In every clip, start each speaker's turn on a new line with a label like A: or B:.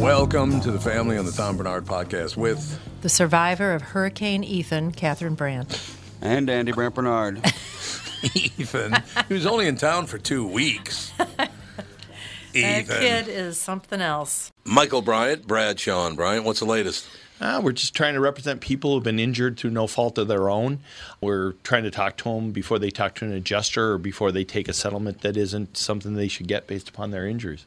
A: Welcome to the family on the Tom Bernard podcast with
B: The survivor of Hurricane Ethan, Catherine Brandt.
C: And Andy Brant Bernard.
A: Ethan. he was only in town for two weeks.
B: That
A: Ethan.
B: kid is something else.
A: Michael Bryant, Brad Sean Bryant, what's the latest?
D: Ah, we're just trying to represent people who've been injured through no fault of their own. We're trying to talk to them before they talk to an adjuster or before they take a settlement that isn't something they should get based upon their injuries.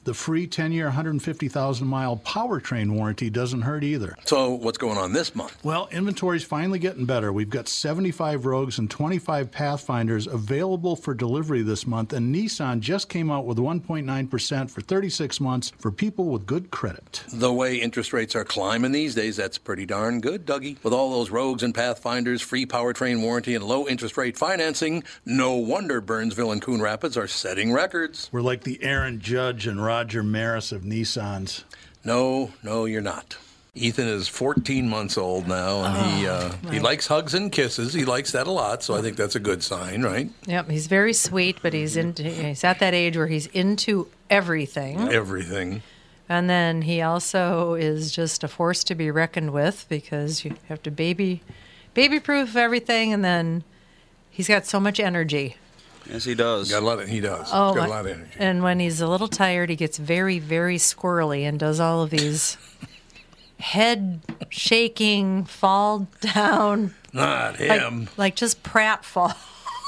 E: the free 10 year, 150,000 mile powertrain warranty doesn't hurt either.
A: So, what's going on this month?
E: Well, inventory's finally getting better. We've got 75 Rogues and 25 Pathfinders available for delivery this month, and Nissan just came out with 1.9% for 36 months for people with good credit.
A: The way interest rates are climbing these days, that's pretty darn good, Dougie. With all those rogues and pathfinders, free powertrain warranty, and low interest rate financing, no wonder Burnsville and Coon Rapids are setting records.
E: We're like the Aaron Judge and Roger Maris of Nissans.
A: No, no, you're not. Ethan is 14 months old now, and he uh, he likes hugs and kisses. He likes that a lot, so I think that's a good sign, right?
B: Yep, he's very sweet, but he's into, he's at that age where he's into everything.
A: Everything.
B: And then he also is just a force to be reckoned with because you have to baby baby proof everything and then he's got so much energy.
C: Yes, he does.
A: Got a lot of, he does.
B: Oh,
A: Got
B: my-
A: a lot of energy.
B: And when he's a little tired, he gets very, very squirrely and does all of these head shaking, fall down,
A: Not
B: like,
A: him.
B: like just prat fall.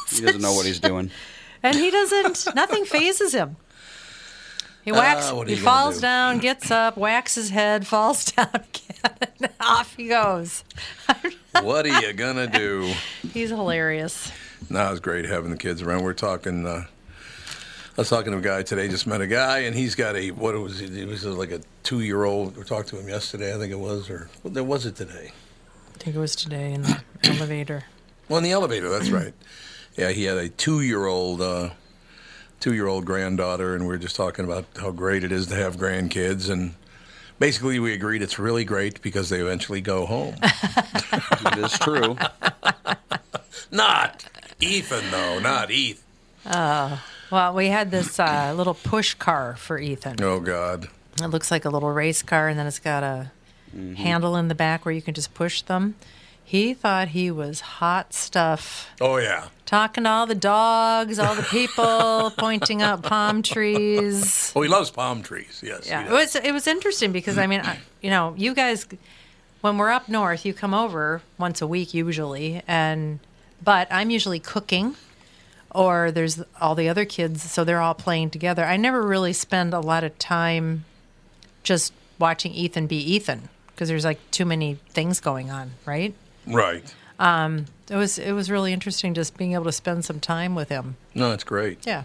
C: He doesn't know what he's doing.
B: And he doesn't, nothing phases him. He whacks,
A: Ah, what are
B: he
A: you gonna
B: falls
A: do?
B: down, gets up, whacks his head, falls down again, and off he goes.
A: what are you gonna do?
B: He's hilarious.
A: No, it's great having the kids around. We're talking. Uh, I was talking to a guy today. Just met a guy, and he's got a what was it? It was like a two-year-old. We talked to him yesterday, I think it was, or what day was it today?
B: I think it was today in the elevator.
A: Well, in the elevator. That's right. Yeah, he had a two-year-old, uh, two-year-old granddaughter, and we were just talking about how great it is to have grandkids, and basically we agreed it's really great because they eventually go home.
C: It is true.
A: not Ethan, though. Not Ethan.
B: Well, we had this uh, little push uh, car for Ethan.
A: Oh God.
B: It looks like a little race car, and then it's got a
C: Mm-hmm.
A: Mm-hmm.
B: handle in the back where you can just push them. He thought he was hot stuff,
A: Oh yeah.
B: talking to all the dogs, all the people, pointing out palm trees.
A: Oh, he loves palm trees. Yes. he
B: Yeah, it
A: does.
B: was it was interesting because I mean, I, you know, you guys, when we're up north, you come over once a week usually, and but I'm usually cooking, or there's all the other kids, so they're all playing together. I never really spend a lot of time just watching Ethan be Ethan because there's like too many things going on, right? Um,
A: Right.
B: It was it was really interesting just being able to spend some time with him.
A: No, it's great.
B: Yeah,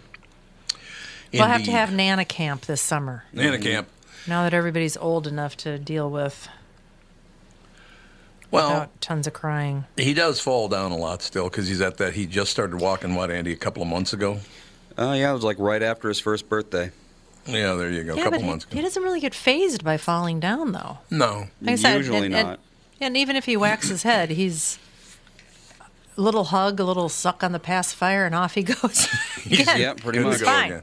B: we'll have to
A: Indeed.
B: have Nana camp this summer
A: Nana camp.
B: now that everybody's old enough to deal with.
A: Well,
B: without tons of crying.
A: he does fall down a lot still because he's at that. He just started walking. What, Andy? A couple of months ago.
C: Oh yeah, it was like right after his first birthday.
A: Yeah, there you go. a
B: yeah,
A: couple
B: but he-
A: months
B: he,
A: ago.
B: doesn't really get phased by falling down, though.
A: No.
B: Like I said,
C: Usually
B: and,
C: not.
B: And, and even if he whacks his head, he's a little hug, a little suck on the pacifier, and off he goes. again.
C: yeah, pretty
A: Good to
C: much.
A: go
B: Fine.
A: again.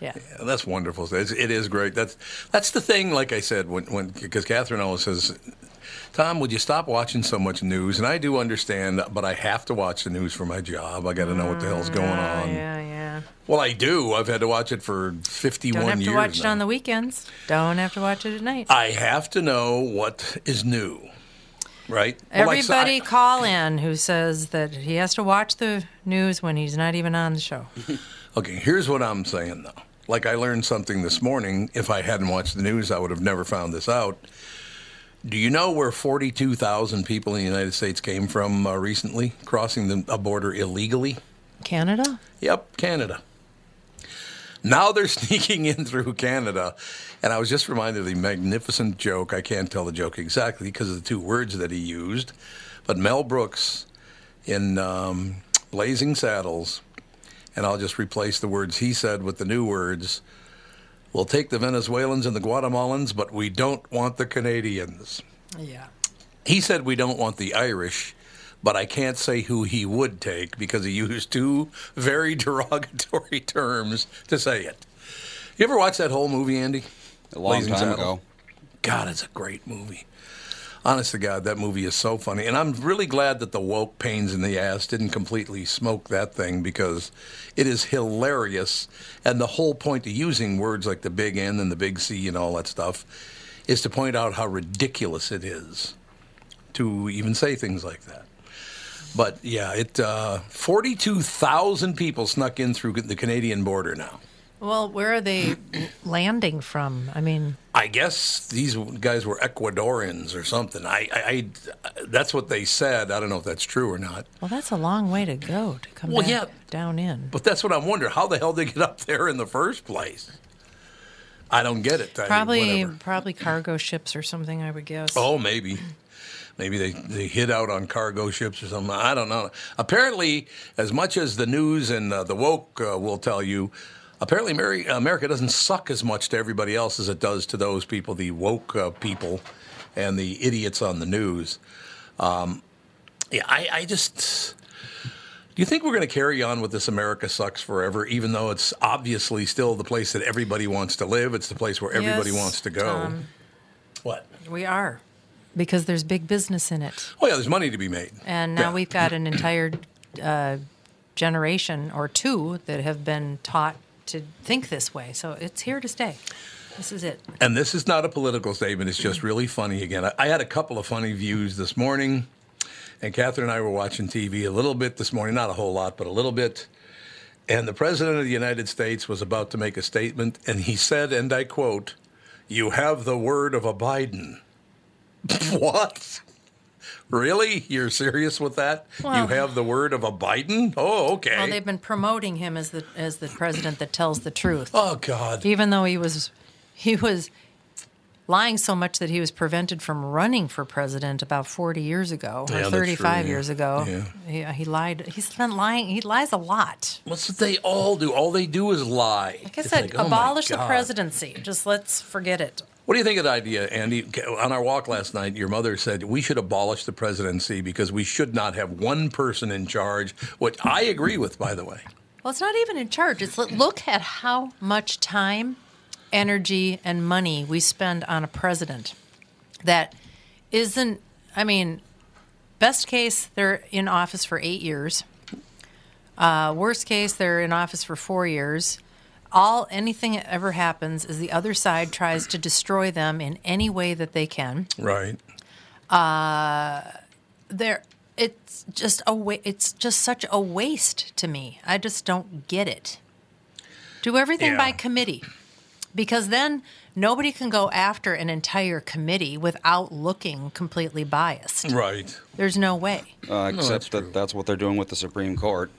B: Yeah.
A: Yeah, that's wonderful. It's, it is great. That's that's the thing. Like I said, when when because Catherine always says, "Tom, would you stop watching so much news?" And I do understand, but I have to watch the news for my job. I got to know what the hell's going on.
B: Mm, Yeah, yeah.
A: Well, I do. I've had to watch it for fifty-one
B: Don't have
A: years.
B: to watch it
A: now.
B: on the weekends. Don't have to watch it at night.
A: I have to know what is new, right? Well, like, so I-
B: Everybody call in who says that he has to watch the news when he's not even on the show.
A: Okay, here's what I'm saying though. Like I learned something this morning. If I hadn't watched the news, I would have never found this out. Do you know where 42,000 people in the United States came from uh, recently, crossing the a border illegally?
B: Canada?
A: Yep, Canada. Now they're sneaking in through Canada. And I was just reminded of the magnificent joke. I can't tell the joke exactly because of the two words that he used. But Mel Brooks in um, Blazing Saddles, and I'll just replace the words he said with the new words We'll take the Venezuelans and the Guatemalans, but we don't want the Canadians.
B: Yeah.
A: He said we don't want the Irish, but I can't say who he would take because he used two very derogatory terms to say it. You ever watch that whole movie, Andy?
C: A long
A: Blazing
C: time
A: Saddles?
C: ago.
A: God, it's a great movie. Honest to God, that movie is so funny. And I'm really glad that the woke pains in the ass didn't completely smoke that thing because it is hilarious. And the whole point of using words like the big N and the big C and all that stuff is to point out how ridiculous it is to even say things like that. But yeah, it uh, 42,000 people snuck in through the Canadian border now.
B: Well, where are they landing from? I mean,
A: I guess these guys were Ecuadorians or something. I, I, I that's what they said. I don't know if that's true or not,
B: Well, that's a long way to go to come
A: Well,
B: back
A: yeah.
B: down in.
A: but that's what I'm wondering. How the hell did they get up there in the first place? I don't get it. I-
B: Probably,
A: whatever.
B: probably cargo ships or something. I would guess.
A: Oh, maybe. Maybe they, they hit out on cargo ships or something. I don't know. Apparently, as much as the news and uh, the woke uh, will tell you, apparently Mary, America doesn't suck as much to everybody else as it does to those people, the woke uh, people and the idiots on the news. Um, yeah, I, I just. Do you think we're going to carry on with this America sucks forever, even though it's obviously still the place that everybody wants to live? It's the place where everybody
B: Yes,
A: wants to go.
B: Tom.
A: What?
B: we are, because there's big business in it,
A: Oh, yeah, there's money to be made.
B: and now
A: Yeah.
B: we've got an entire uh, generation or two that have been taught to think this way. So it's here to stay. This is it.
A: And this is not a political statement. It's just really funny again. I, I had a couple of funny views this morning, and Catherine and I were watching TV a little bit this morning, not a whole lot, but a little bit. And the President of the United States was about to make a statement, and he said, and I quote, You have the word of a Biden. what? Really? You're serious with that?
B: Well-
A: you have the word of a Biden? Oh, okay.
B: Well, they've been promoting him as the as the president that tells the truth.
A: oh, God.
B: even though he was he was lying so much that he was prevented from running for president about 40 years ago
A: Yeah,
B: or
A: that's
B: 35
A: true, yeah.
B: years ago
A: Yeah.
B: yeah. he, lied he's been lying he lies a lot
A: What's what they all do? All they do is lie.
B: like i
A: It's
B: said
A: oh my
B: abolish the
A: God.
B: presidency just let's forget it
A: What do you think of the idea, Andy? On our walk last night, your mother said we should abolish the presidency because we should not have one person in charge, which I agree with, by the way.
B: well it's not even in charge it's let- look at how much time energy, and money we spend on a president that isn't, I mean, best case, they're in office for eight years. Uh, worst case, they're in office for four years. All anything that ever happens is the other side tries to destroy them in any way that they can.
A: Right.
B: Uh, There, it's just a wa- it's just such a waste to me. I just don't get it. Do everything by
A: Yeah.
B: committee, because then nobody can go after an entire committee without looking completely biased.
A: Right.
B: There's no way.
C: Uh, except that that's what they're doing with the Supreme Court.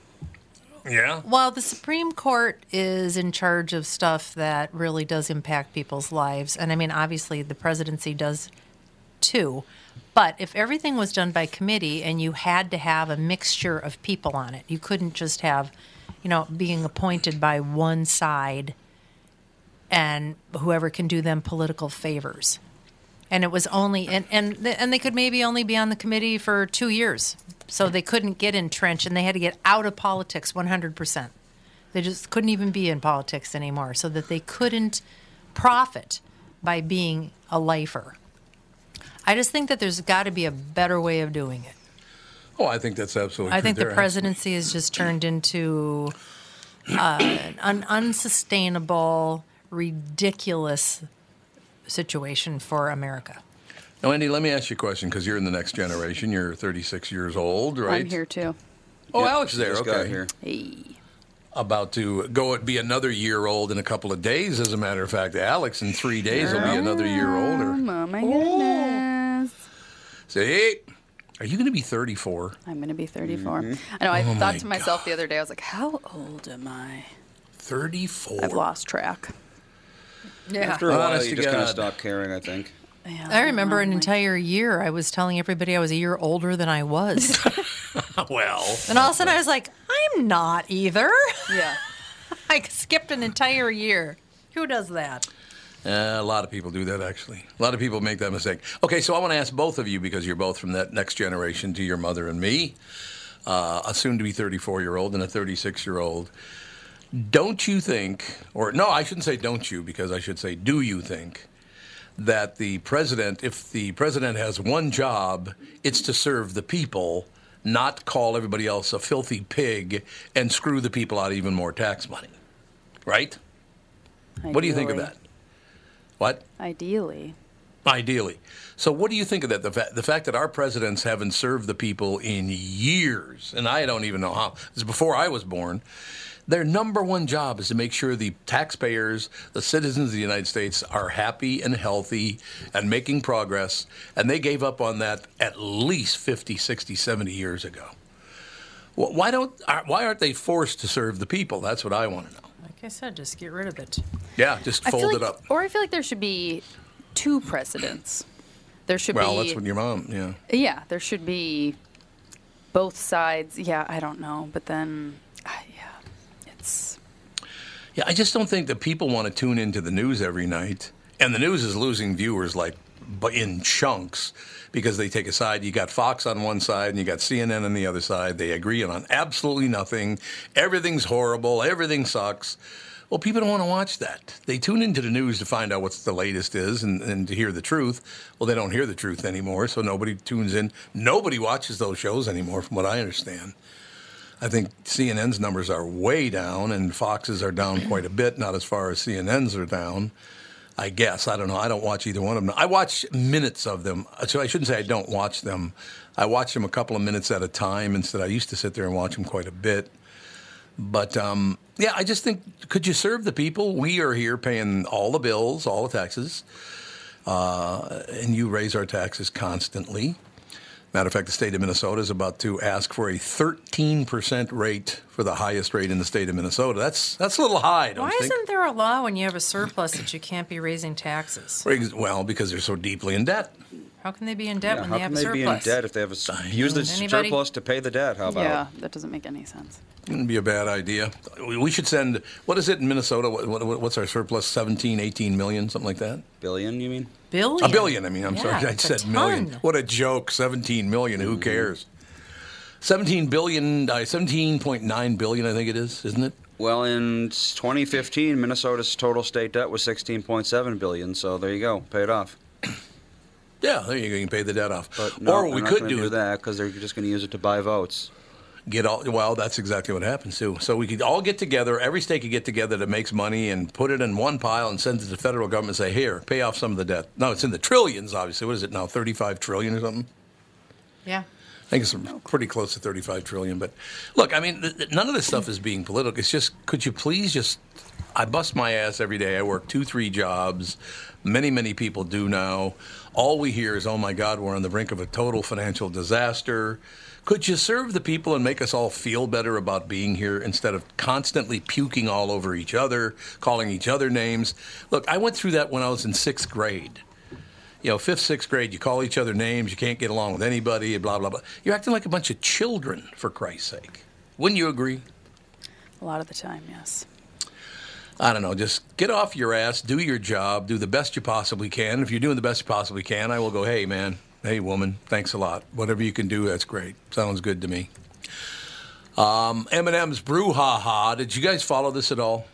A: Yeah.
B: Well, the Supreme Court is in charge of stuff that really does impact people's lives. And I mean, obviously, the presidency does too. But if everything was done by committee and you had to have a mixture of people on it, you couldn't just have, you know, being appointed by one side and whoever can do them political favors. And it was only and and th- and they could maybe only be on the committee for two years, so they couldn't get entrenched, and they had to get out of politics one hundred percent. They just couldn't even be in politics anymore, so that they couldn't profit by being a lifer. I just think that there's got to be a better way of doing it.
A: Oh, I think that's absolutely.
B: I
A: true.
B: think the
A: They're-
B: presidency has just turned into uh, an unsustainable, ridiculous situation for America.
A: Now, Andy, let me ask you a question because you're in the next generation. You're 36 years old, right?
F: I'm here too.
A: Oh, Alex, is there.
C: Just
A: okay.
C: got here.
A: About to go be another year old in a couple of days. As a matter of fact, Alex in three days will be another year older.
F: Oh my goodness.
A: Say, hey, are you going to be 34?
F: I'm going to be 34.
C: Mm-hmm.
F: I know, I thought
A: Oh my
F: to myself the other day, I was like, how old am I?
A: 34.
F: I've lost track.
C: After a while,
A: Honest
C: you
A: to
C: just kind of
A: God.
C: stop caring. I think.
F: Yeah,
B: I remember an entire year I was telling everybody I was a year older than I was.
A: Well,
B: and all of a sudden I was like, I'm not either.
F: Yeah.
B: I skipped an entire year. Who does that?
A: Uh, a lot of people do that, actually. A lot of people make that mistake. Okay, so I want to ask both of you because you're both from that next generation to your mother and me, uh, a soon to be 34 year old and a 36 year old. Don't you think, or no, I shouldn't say don't you because I should say do you think that the president, if the president has one job, it's to serve the people, not call everybody else a filthy pig and screw the people out of even more tax money, right? What do you think of
F: Ideally.
A: that? What?
F: Ideally.
A: Ideally. So, what do you think of that? The, fa- the fact that our presidents haven't served the people in years, and I don't even know how, it's before I was born. Their number one job is to make sure the taxpayers, the citizens of the United States, are happy and healthy and making progress. And they gave up on that at least 50, 60, 70 years ago. Wh- Why, don't, are- why aren't they forced to serve the people? That's what I want to know.
B: Like I said, just get rid of it.
A: Yeah, just
F: I feel
A: fold
F: like,
A: it up.
F: Or I feel like there should be two presidents. There should
A: Well,
F: be.
A: that's what your mom, yeah.
F: Yeah, there should be both sides. Yeah, I don't know, but then, ah, yeah, it's
A: Yeah, I just don't think that people want to tune into the news every night, and the news is losing viewers like bu- in chunks because they take a side. You got Fox on one side and you got CNN on the other side. They agree on absolutely nothing. Everything's horrible. Everything sucks. Well, people don't want to watch that. They tune into the news to find out what's the latest is and, and to hear the truth. Well, they don't hear the truth anymore, so nobody tunes in. Nobody watches those shows anymore, from what I understand. I think CNN's numbers are way down, and Fox's are down quite a bit. Not as far as CNN's are down. I guess I don't know. I don't watch either one of them. I watch minutes of them, so I shouldn't say I don't watch them. I watch them a couple of minutes at a time instead. I used to sit there and watch them quite a bit. But um, yeah, I just think could you serve the people? We are here paying all the bills, all the taxes, uh, and you raise our taxes constantly. Matter of fact, the state of Minnesota is about to ask for a 13% rate for the highest rate in the state of Minnesota. That's that's a little high, don't
B: Why
A: you think?
B: isn't there a law when you have a surplus that you can't be raising taxes?
A: For ex- Well, because they're so deeply in debt.
B: How can they be in debt when
C: How
B: they have
C: can they
B: a surplus?
C: be in debt if they have a s- use the
B: Anybody?
C: surplus to pay the debt? How about?
F: yeah, that doesn't make any sense.
A: Wouldn't be a bad idea. We we should send, what is it in Minnesota? What, what, what's our surplus? 17, 18 million, something like that?
C: Billion, you mean?
B: billion.
A: A billion, I mean, I'm
B: Yeah,
A: sorry. I
B: it's a
A: said million.
B: ton.
A: What a joke. 17 million,
C: Mm-hmm.
A: who cares? 17 billion, uh, 17.9 billion, I think it is, isn't it?
C: Well, in 2015, Minnesota's total state debt was 16.7 billion. So there you go, pay it off.
A: Yeah, there you go. You can pay the debt off.
C: But no,
A: or what we
C: they're not
A: could
C: gonna
A: do
C: do
A: is
C: that because they're just going to use it to buy votes.
A: get all. Well, that's exactly what happens too. So we could all get together. Every state could get together that makes money and put it in one pile and send it to the federal government. and Say, here, pay off some of the debt. No, it's in the trillions. Obviously, what is it now? Thirty-five trillion or something.
B: Yeah.
A: I think it's pretty close to 35 trillion. But look, I mean, th- th- none of this stuff is being political. It's just, could you please just? I bust my ass every day. I work two, three jobs. Many, many people do now. All we hear is, oh my God, we're on the brink of a total financial disaster. Could you serve the people and make us all feel better about being here instead of constantly puking all over each other, calling each other names? Look, I went through that when I was in sixth grade you know, fifth, sixth grade, you call each other names, you can't get along with anybody, blah, blah, blah. You're acting like a bunch of children, for Christ's sake. Wouldn't you agree?
F: A lot of the time, yes.
A: I don't know. Just get off your ass, do your job, do the best you possibly can. If you're doing the best you possibly can, I will go, hey, man, hey, woman, thanks a lot. Whatever you can do, that's great. Sounds good to me. Um, Eminem's brouhaha. Did you guys follow this at all?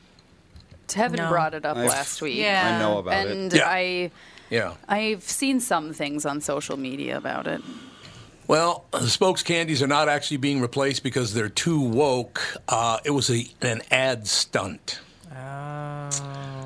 F: Tevin
B: No.
F: brought it up
C: I've-
F: last week.
B: Yeah.
C: I know about it.
F: And
A: Yeah.
F: I,
A: Yeah.
F: I've seen some things on social media about it.
A: Well, the spokes candies are not actually being replaced because they're too woke. Uh, it was a, an ad stunt.
B: Oh.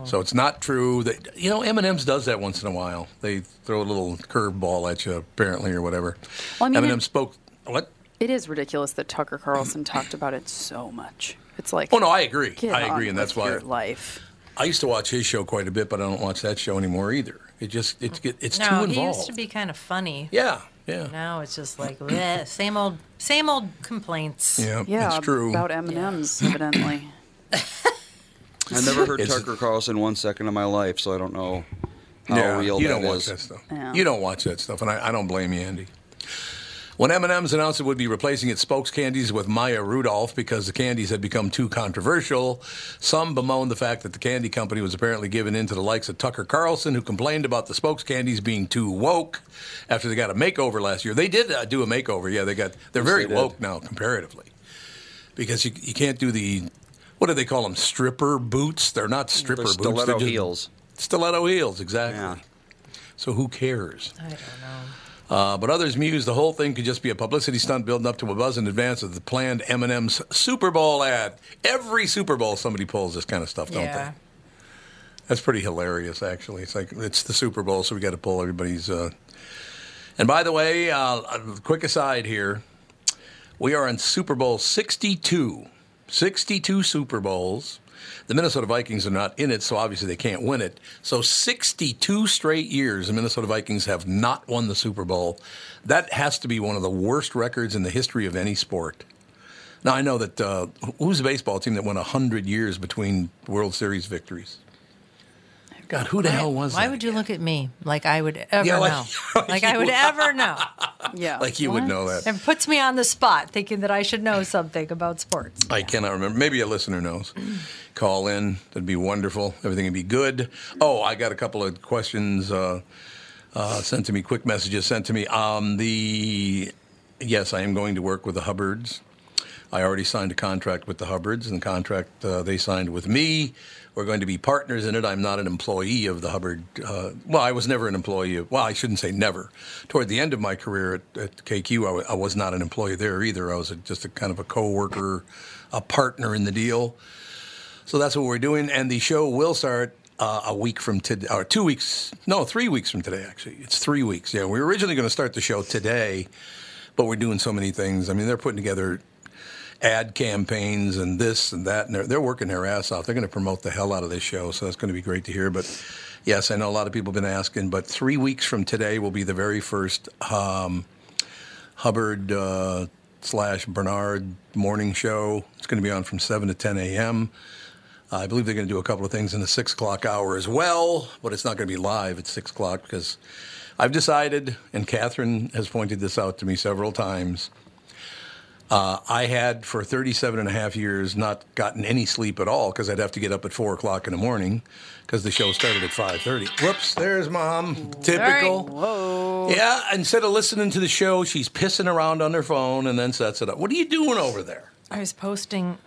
A: So it's not true that you know M&M's does that once in a while. They throw a little curveball at you apparently or whatever.
F: Well, I mean,
A: M&M
F: it-
A: spoke what?
F: It is ridiculous that Tucker Carlson talked about it so much. It's like,
A: Oh no, I agree.
F: get
A: I agree
F: on
A: and that's
F: with
A: why
F: your life.
A: I used to watch his show quite a bit, but I don't watch that show anymore either. It just it's get- it's too
B: Oh. No,
A: involved.
B: he used to be kind of funny.
A: yeah, yeah.
B: Now it's just like bleh, same old, same old complaints.
A: Yeah,
F: Yeah,
A: it's true.
F: about M and M's, evidently.
C: I never heard
A: It's-
C: Tucker Carlson one second of my life, so I don't know how
A: yeah,
C: real
A: you
C: that
A: don't watch
C: is.
A: that stuff.
F: Yeah.
A: You don't watch that stuff, and I, I don't blame you, Andy. When M&M's announced it would be replacing its spokes candies with Maya Rudolph because the candies had become too controversial, some bemoaned the fact that the candy company was apparently giving in to the likes of Tucker Carlson, who complained about the spokes candies being too woke after they got a makeover last year. They did uh, do a makeover, yeah. They got they're very
C: they did.
A: woke now comparatively because you you can't do the what do they call them stripper boots? They're not stripper
C: They're
A: boots. they're
C: stiletto
A: just-
C: heels.
A: Stiletto heels, exactly.
C: Yeah.
A: So who cares?
B: I don't know.
A: Uh, but others muse the whole thing could just be a publicity stunt building up to a buzz in advance of the planned M&M's Super Bowl ad. Every Super Bowl, somebody pulls this kind of stuff, don't
B: yeah.
A: they? That's pretty hilarious, actually. It's like it's the Super Bowl, so we got to pull everybody's. Uh... And by the way, uh, a quick aside here: we are in Super Bowl 62, 62 Super Bowls. The Minnesota Vikings are not in it, so obviously they can't win it. So 62 straight years, the Minnesota Vikings have not won the Super Bowl. That has to be one of the worst records in the history of any sport. Now I know that uh, who's the baseball team that went 100 years between World Series victories? God, who the hell was
B: Why
A: that?
B: would you look at me like I would ever
A: Yeah, like-
B: know? Like I would ever know.
F: Yeah.
A: like you would know that?
B: It puts me on the spot thinking that I should know something about sports.
A: I cannot remember. Maybe a listener knows. Call in. That'd be wonderful. Everything would be good. Oh, I got a couple of questions uh, uh, sent to me, quick messages sent to me. Um, the Yes, I am going to work with the Hubbards. I already signed a contract with the Hubbards, and the contract uh, they signed with me. We're going to be partners in it. I'm not an employee of the Hubbard. Uh, well, I was never an employee. Of, well, I shouldn't say never. Toward the end of my career at, at KQ, I wa- I was not an employee there either. I was a, just a kind of a coworker, a partner in the deal. So that's what we're doing, and the show will start uh, a week from today, or two weeks, no, three weeks from today. Actually, it's three weeks. Yeah, we were originally going to start the show today, but we're doing so many things. I mean, they're putting together ad campaigns and this and that, and they're they're working their ass off. They're going to promote the hell out of this show, so that's going to be great to hear. But yes, I know a lot of people have been asking, but three weeks from today will be the very first um, Hubbard uh, slash Bernard morning show. It's going to be on from seven to ten a.m. I believe they're going to do a couple of things in the six o'clock hour as well, but it's not going to be live at six o'clock because I've decided, and Catherine has pointed this out to me several times. Uh, I had for 37 and a half years not gotten any sleep at all because I'd have to get up at four o'clock in the morning because the show started at 5:30. Whoops! There's mom. Typical.
F: Whoa.
A: Yeah, instead of listening to the show, she's pissing around on her phone and then sets it up. What are you doing over there?
B: I was posting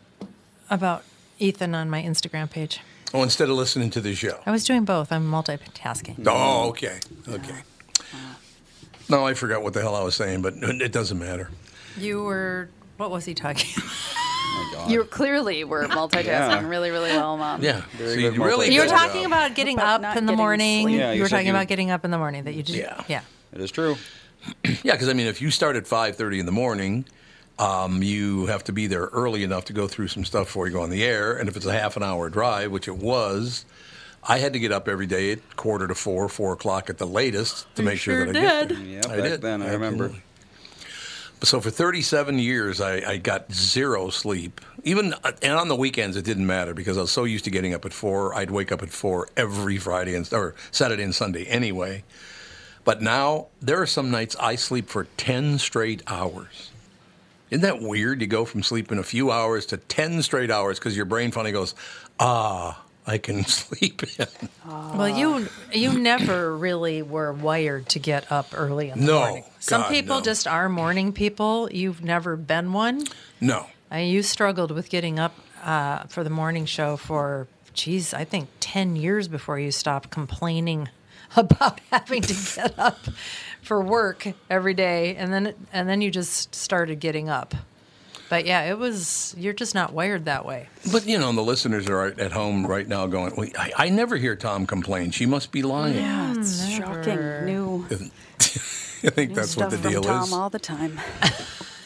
B: about Ethan on my Instagram page.
A: Oh, instead of listening to the show.
B: I was doing both. I'm multitasking.
A: Oh, okay. Okay. No, I forgot what the hell I was saying, but it doesn't matter.
B: You were. What was he talking? about?
A: Oh
C: Oh my God.
F: You clearly were multitasking
C: Yeah.
F: really, really well, Mom.
A: Yeah.
C: Very
A: you
C: good multitasking.
B: You were
A: good
B: talking
A: job.
B: about getting
F: About
B: up
F: not
B: in the
F: getting
B: morning.
F: sleep.
C: Yeah,
B: you
C: you
B: were
C: said
B: talking
C: you-
B: about getting up in the morning. That you just.
A: Yeah.
B: Yeah.
C: It is true.
A: Yeah, because I mean, if you start at five thirty in the morning, um, you have to be there early enough to go through some stuff before you go on the air. And if it's a half an hour drive, which it was, I had to get up every day at quarter to four, four o'clock at the latest to make sure
B: sure
A: that I get
B: did.
A: there.
C: Yeah, back then, I remember.
A: Absolutely. So for 37 years, I, I got zero sleep. Even uh, and on the weekends, it didn't matter because I was so used to getting up at four. I'd wake up at four every Friday and or Saturday and Sunday anyway. But now there are some nights I sleep for 10 straight hours. Isn't that weird? You go from sleeping a few hours to 10 straight hours because your brain finally goes, ah, I can sleep in.
B: Well, you you never really were wired to get up early in the
A: No,
B: morning. Some
A: God,
B: people
A: no.
B: just are morning people. You've never been one.
A: No.
B: I, you struggled with getting up uh, for the morning show for, geez, I think 10 years before you stopped complaining about having to get up for work every day. And then, and then you just started getting up. But yeah, it was, you're just not wired that way.
A: But you know, the listeners are at- at home right now going, well, I, I never hear Tom complain. She must be lying.
F: Yeah, it's shocking. New,
A: I think that's
F: stuff
A: what the
F: from
A: deal
F: Tom
A: is.
F: all the time.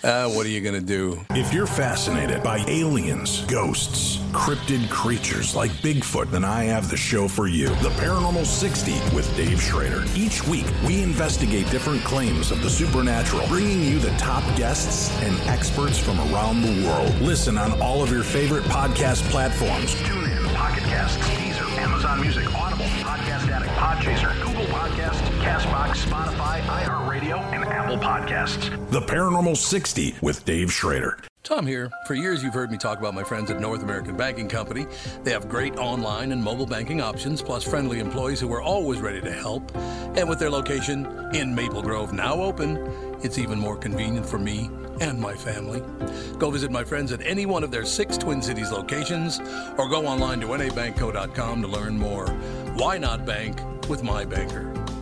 A: Uh, what are you going to do?
G: If you're fascinated by aliens, ghosts, cryptid creatures like Bigfoot, then I have the show for you The Paranormal 60 with Dave Schrader. Each week, we investigate different claims of the supernatural, bringing you the top guests and experts from around the world. Listen on all of your favorite podcast platforms.
H: Tune in, Pocket Casts, Deezer, Amazon Music, Audible, Podcast Addict, Podchaser, Google Podcasts, Castbox, Spotify, iHeartRadio, and Apple Podcasts.
G: The Paranormal 60 with Dave Schrader.
A: Tom here. For years, you've heard me talk about my friends at North American Banking Company. They have great online and mobile banking options, plus friendly employees who are always ready to help. And with their location in Maple Grove now open, it's even more convenient for me and my family. Go visit my friends at any one of their six Twin Cities locations or go online to nabankco.com to learn more. Why not bank with my banker?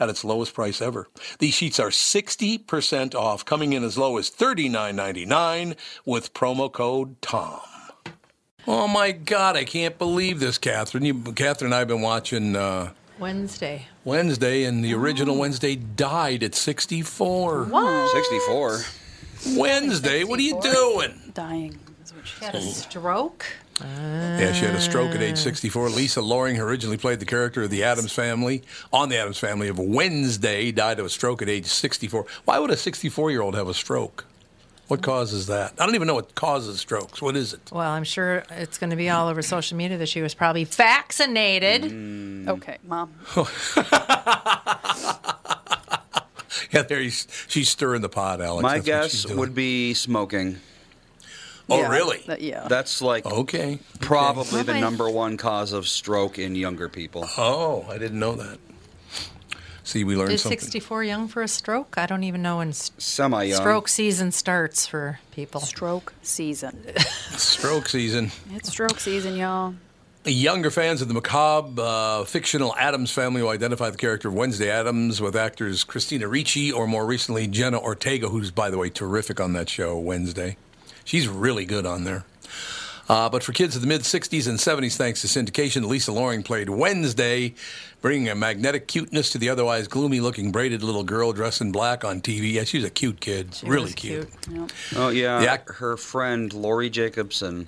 A: at its lowest price ever. These sheets are 60% off, coming in as low as $39.99 with promo code TOM. Oh my God, I can't believe this, Catherine. You, Catherine and I have been watching uh,
B: Wednesday.
A: Wednesday, and the
F: Oh.
A: original Wednesday died at 64.
C: 64.
A: Wednesday, what are you doing?
F: Dying is what she
B: Had a stroke.
A: Yeah, she had a stroke at age
F: Uh.
A: 64. Lisa Loring, who originally played the character of the Adams family on the Adams family of Wednesday, died of a stroke at age 64. Why would a 64 year old have a stroke? What causes that? I don't even know what causes strokes. What is it?
B: Well, I'm sure it's going to be all over social media that she was probably vaccinated.
F: Mm. Okay, Mom.
A: Yeah, there he's, she's stirring the pot, Alex.
C: My
A: That's what she's
C: guess
A: doing.
C: would be smoking.
A: Oh,
F: Yeah,
A: really?
F: that- yeah.
C: That's like
A: Okay.
C: probably the
B: Why?
C: number one cause of stroke in younger people.
A: Oh, I didn't know that. See, we learned
B: Is
A: something.
B: 64 young for a stroke? I don't even know when s-
C: Semi young.
B: stroke season starts for people.
F: Stroke season.
A: Stroke season.
F: It's stroke season, y'all.
A: Younger fans of the macabre uh, fictional Adams family will identify the character of Wednesday Adams with actors Christina Ricci or more recently Jenna Ortega, who's, by the way, terrific on that show, Wednesday. She's really good on there. Uh, but for kids of the mid 60s and 70s, thanks to syndication, Lisa Loring played Wednesday, bringing a magnetic cuteness to the otherwise gloomy looking braided little girl dressed in black on TV. Yeah, she was a cute kid. really
B: was
A: cute.
C: Oh yeah.
A: The act-
C: her friend Lori Jacobson,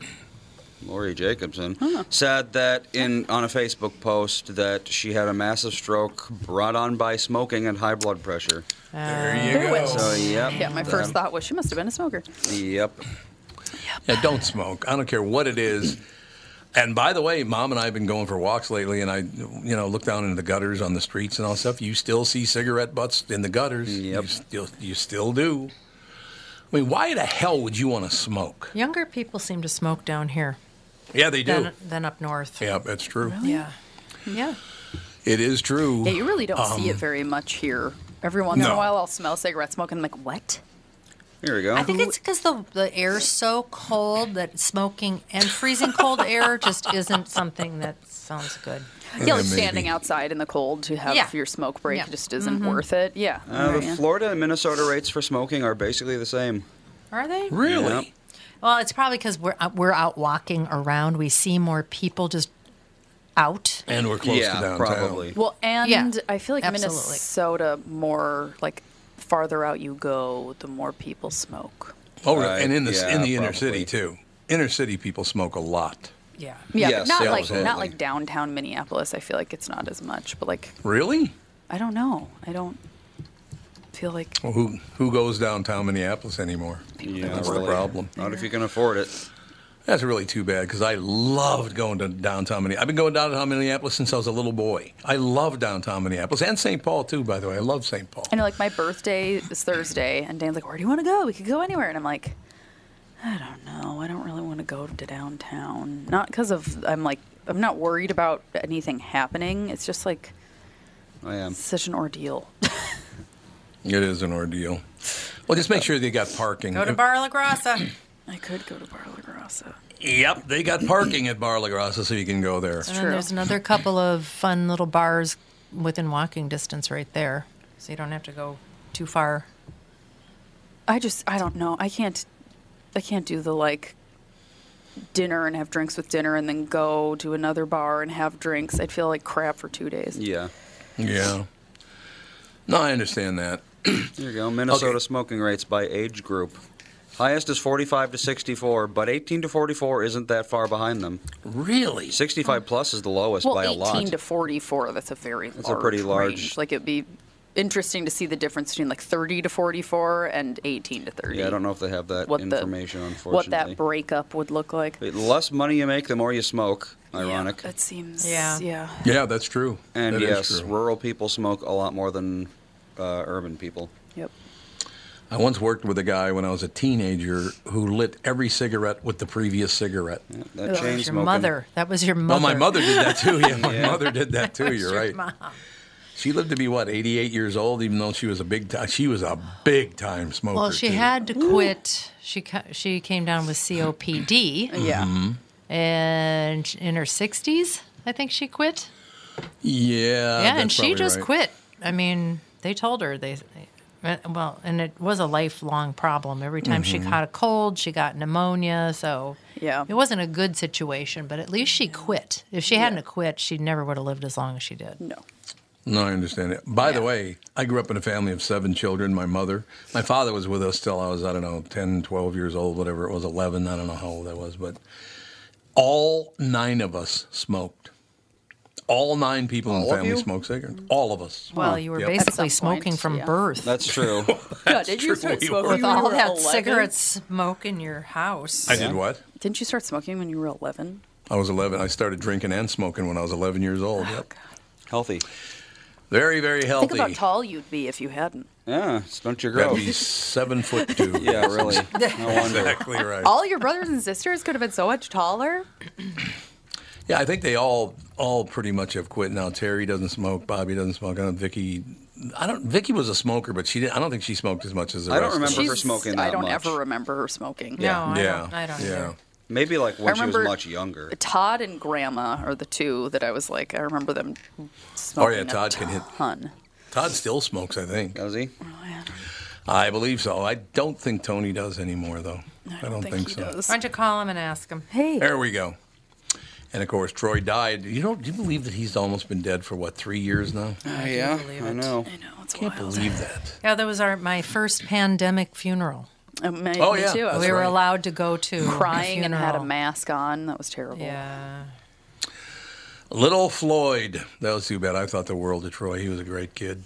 C: Lori Jacobson, said that in on a Facebook post that she had a massive stroke brought on by smoking and high blood pressure.
A: There you go.
C: So yep.
F: Yeah, my first thought was she must have been a smoker.
C: Yep.
A: Yeah, don't smoke. I don't care what it is. And by the way, mom and I have been going for walks lately, and I, you know, look down into the gutters on the streets and all that stuff. You still see cigarette butts in the gutters. You still, you still do. I mean, why the hell would you want to smoke?
B: Younger people seem to smoke down here
A: Yeah, they do.
B: than, than up north.
A: Yeah, that's true.
F: Yeah.
B: Yeah.
A: It is true.
F: Yeah, you really don't see it
A: Um,
F: very much here. Every once in
A: No.
F: a while, I'll smell cigarette smoke and I'm like, what?
C: Here we go.
B: I think it's because the the air's so cold that smoking and freezing cold air just isn't something that sounds good.
F: yeah,
A: Yeah,
F: like
A: maybe.
F: standing outside in the cold to have
B: Yeah.
F: your smoke break
B: Yeah. Mm-hmm.
F: just isn't worth it. Yeah. Right,
C: Uh, the
F: Oh, yeah.
C: Florida and Minnesota rates for smoking are basically the same.
B: Are they?
A: Really?
C: Yep.
B: Well, it's probably because we're uh, we're out walking around. We see more people just out.
A: And we're close
C: yeah,
A: to downtown.
C: probably.
F: Well, and I feel like
B: absolutely.
F: Minnesota more like farther out you go, the more people smoke.
A: Oh,
C: Right,
A: and in the
C: yeah,
A: in the inner
C: probably.
A: city too. Inner city people smoke a lot.
B: Yeah.
F: Yeah,
C: Yes,
F: but not
C: yeah,
F: like not
C: absolutely.
F: like downtown Minneapolis. I feel like it's not as much, but like
A: Really?
F: I don't know. I don't feel like
A: Well, who who goes downtown Minneapolis anymore?
C: Yeah,
A: That's the
C: really.
A: problem.
C: Not if you can afford it.
A: That's really too bad because I loved going to downtown Minneapolis. I've been going downtown Minneapolis since I was a little boy. I love downtown Minneapolis and St. Paul too. By the way, I love St. Paul.
F: I know like my birthday is Thursday, and Dan's like, "Where do you want to go? We could go anywhere." And I'm like, "I don't know. I don't really want to go to downtown. Not because of I'm like I'm not worried about anything happening. It's just like
C: I am.
F: such an ordeal.
A: It is an ordeal. Well, just make sure they got parking.
B: Go to Bar La Grassa.
F: I could go to Bar La Grassa.
A: Yep, they got parking at Bar La Grassa, so you can go there.
B: And then there's another couple of fun little bars within walking distance right there, so you don't have to go too far.
F: I just I don't know. I can't I can't do the like dinner and have drinks with dinner and then go to another bar and have drinks. I'd feel like crap for two days.
C: Yeah.
A: Yeah. No, I understand that.
C: Here you go. Minnesota
A: Okay.
C: smoking rates by age group. Highest is 45 to 64, but 18 to 44 isn't that far behind them.
A: Really?
C: 65 plus is the lowest
F: Well,
C: by a lot.
F: 18 to 44, that's a very
C: a pretty large-
F: range. Like it'd be interesting to see the difference between like 30 to 44 and 18 to 30.
C: yeah, I don't know if they have that
F: what the-
C: information, unfortunately.
F: what that breakup would look like.
C: The less money you make, the more you smoke. Ironic.
F: Yeah, it seems
B: Yeah.
F: yeah.
A: Yeah, that's true.
C: and
A: That is
C: yes,
A: true.
C: rural people smoke a lot more than uh, urban people.
F: Yep.
A: I once worked with a guy when I was a teenager who lit every cigarette with the previous cigarette.
C: That
F: Ugh.
C: chain
B: Your
C: smoking.
B: mother. That was your
A: Oh,
B: mother.
A: my mother did that too. Yeah, my
C: Yeah.
A: mother did that too. You're
B: Your
A: right.
B: mom.
A: She lived to be what 88 years old, even though she was a big time. She was a big time smoker.
B: Well, she
A: too.
B: had to quit. She ca- she came down with COPD,
A: Mm-hmm.
F: Yeah.
B: and in her 60s, I think she quit.
A: Yeah.
B: yeah,
A: Uh, that's
B: and she
A: probably
B: just
A: right.
B: quit. I mean, they told her they, they- uh, well, and it was a lifelong problem. Every time she
A: Mm-hmm.
B: caught a cold, she got pneumonia. So
F: Yeah.
B: it wasn't a good situation. But at least she quit. If she hadn't have quit, she never would have lived as long as she did.
F: No.
A: No, I understand it. By the way, I grew up in a family of seven children. My mother, my father was with us till I was, I don't know, 10, 12 years old, whatever it was, 11. I don't know how old I was, but all nine of us smoked. All nine people in
C: All
A: the
C: of
A: family
C: you?
A: smoked cigarettes. All of us.
B: Well, you were
A: Yep.
B: basically
F: At some
B: smoking
F: point,
B: from
F: yeah.
B: birth.
C: That's true.
F: Yeah, did you
A: true,
F: start
A: we
F: smoking
A: were.
F: when
B: with
F: you
B: all
F: were
B: that
F: 11?
B: cigarette smoke in your house.
A: I did what?
F: Didn't you start smoking when you were 11?
A: I was 11. I started drinking and smoking when I was 11 years old. Yep.
C: Oh, Healthy.
A: Very, very healthy.
F: Think about how tall you'd be if you hadn't.
C: Yeah, stunt your
A: That'd
C: growth.
A: be seven foot two.
C: Yeah, really. No wonder.
A: Exactly right.
F: All your brothers and sisters could have been so much taller.
A: Yeah, I think they all all pretty much have quit now. Terry doesn't smoke. Bobby doesn't smoke. I don't. Vicky, I don't. Vicky was a smoker, but she didn't. I don't think she smoked as much as the
C: I don't
A: rest.
C: remember
A: Of
C: her
F: She's-
C: smoking
F: I
C: that
F: don't
C: much.
F: ever remember her smoking.
B: No,
C: Yeah.
B: I
A: yeah,
B: don't. I don't.
A: yeah.
B: either.
C: Maybe like when she was
F: remember-
C: much younger.
F: Todd and Grandma are the two that I was like, I remember them smoking.
A: Oh, Todd
F: a
A: can hit-
F: ton.
A: Todd still smokes. I think.
C: Does he?
F: Oh,
A: I believe so. I don't think Tony does anymore, though. I don't,
F: think, he
A: so.
F: does.
B: Why don't you call him and ask him?
F: Hey,
A: There we go. And of course, Troy died. You know? Do you believe that he's almost been dead for what three years now? I
C: Oh, yeah,
F: I
C: I know.
F: know it's
A: can't
F: wild.
A: believe that.
B: Yeah, that was our my first pandemic funeral.
F: Uh, me-
A: Oh,
F: me
A: yeah.
F: too. I
A: That's
F: was
B: we were
A: right.
B: allowed to go to
F: crying
B: the
F: and had a
B: funeral.
F: mask on. That was terrible.
B: Yeah.
A: Little Floyd. That was too bad. I thought the world of Troy. He was a great kid.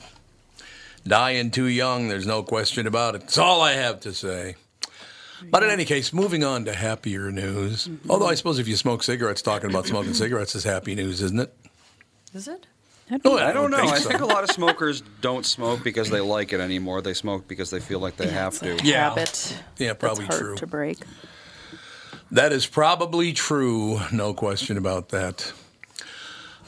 A: Dying too young, there's no question about it. That's all I have to say. But in any case, moving on to happier news. Although I suppose if you smoke cigarettes, talking about smoking cigarettes is happy news, isn't it?
B: Is it?
A: No,
C: Oh, I don't know. I think
A: so.
C: a lot of smokers don't smoke because they like it anymore. They smoke because they feel like they have to.
A: Yeah.
F: Habit.
A: Yeah, probably
F: that's hard
A: true.
F: to break.
A: That is probably true. No question about that.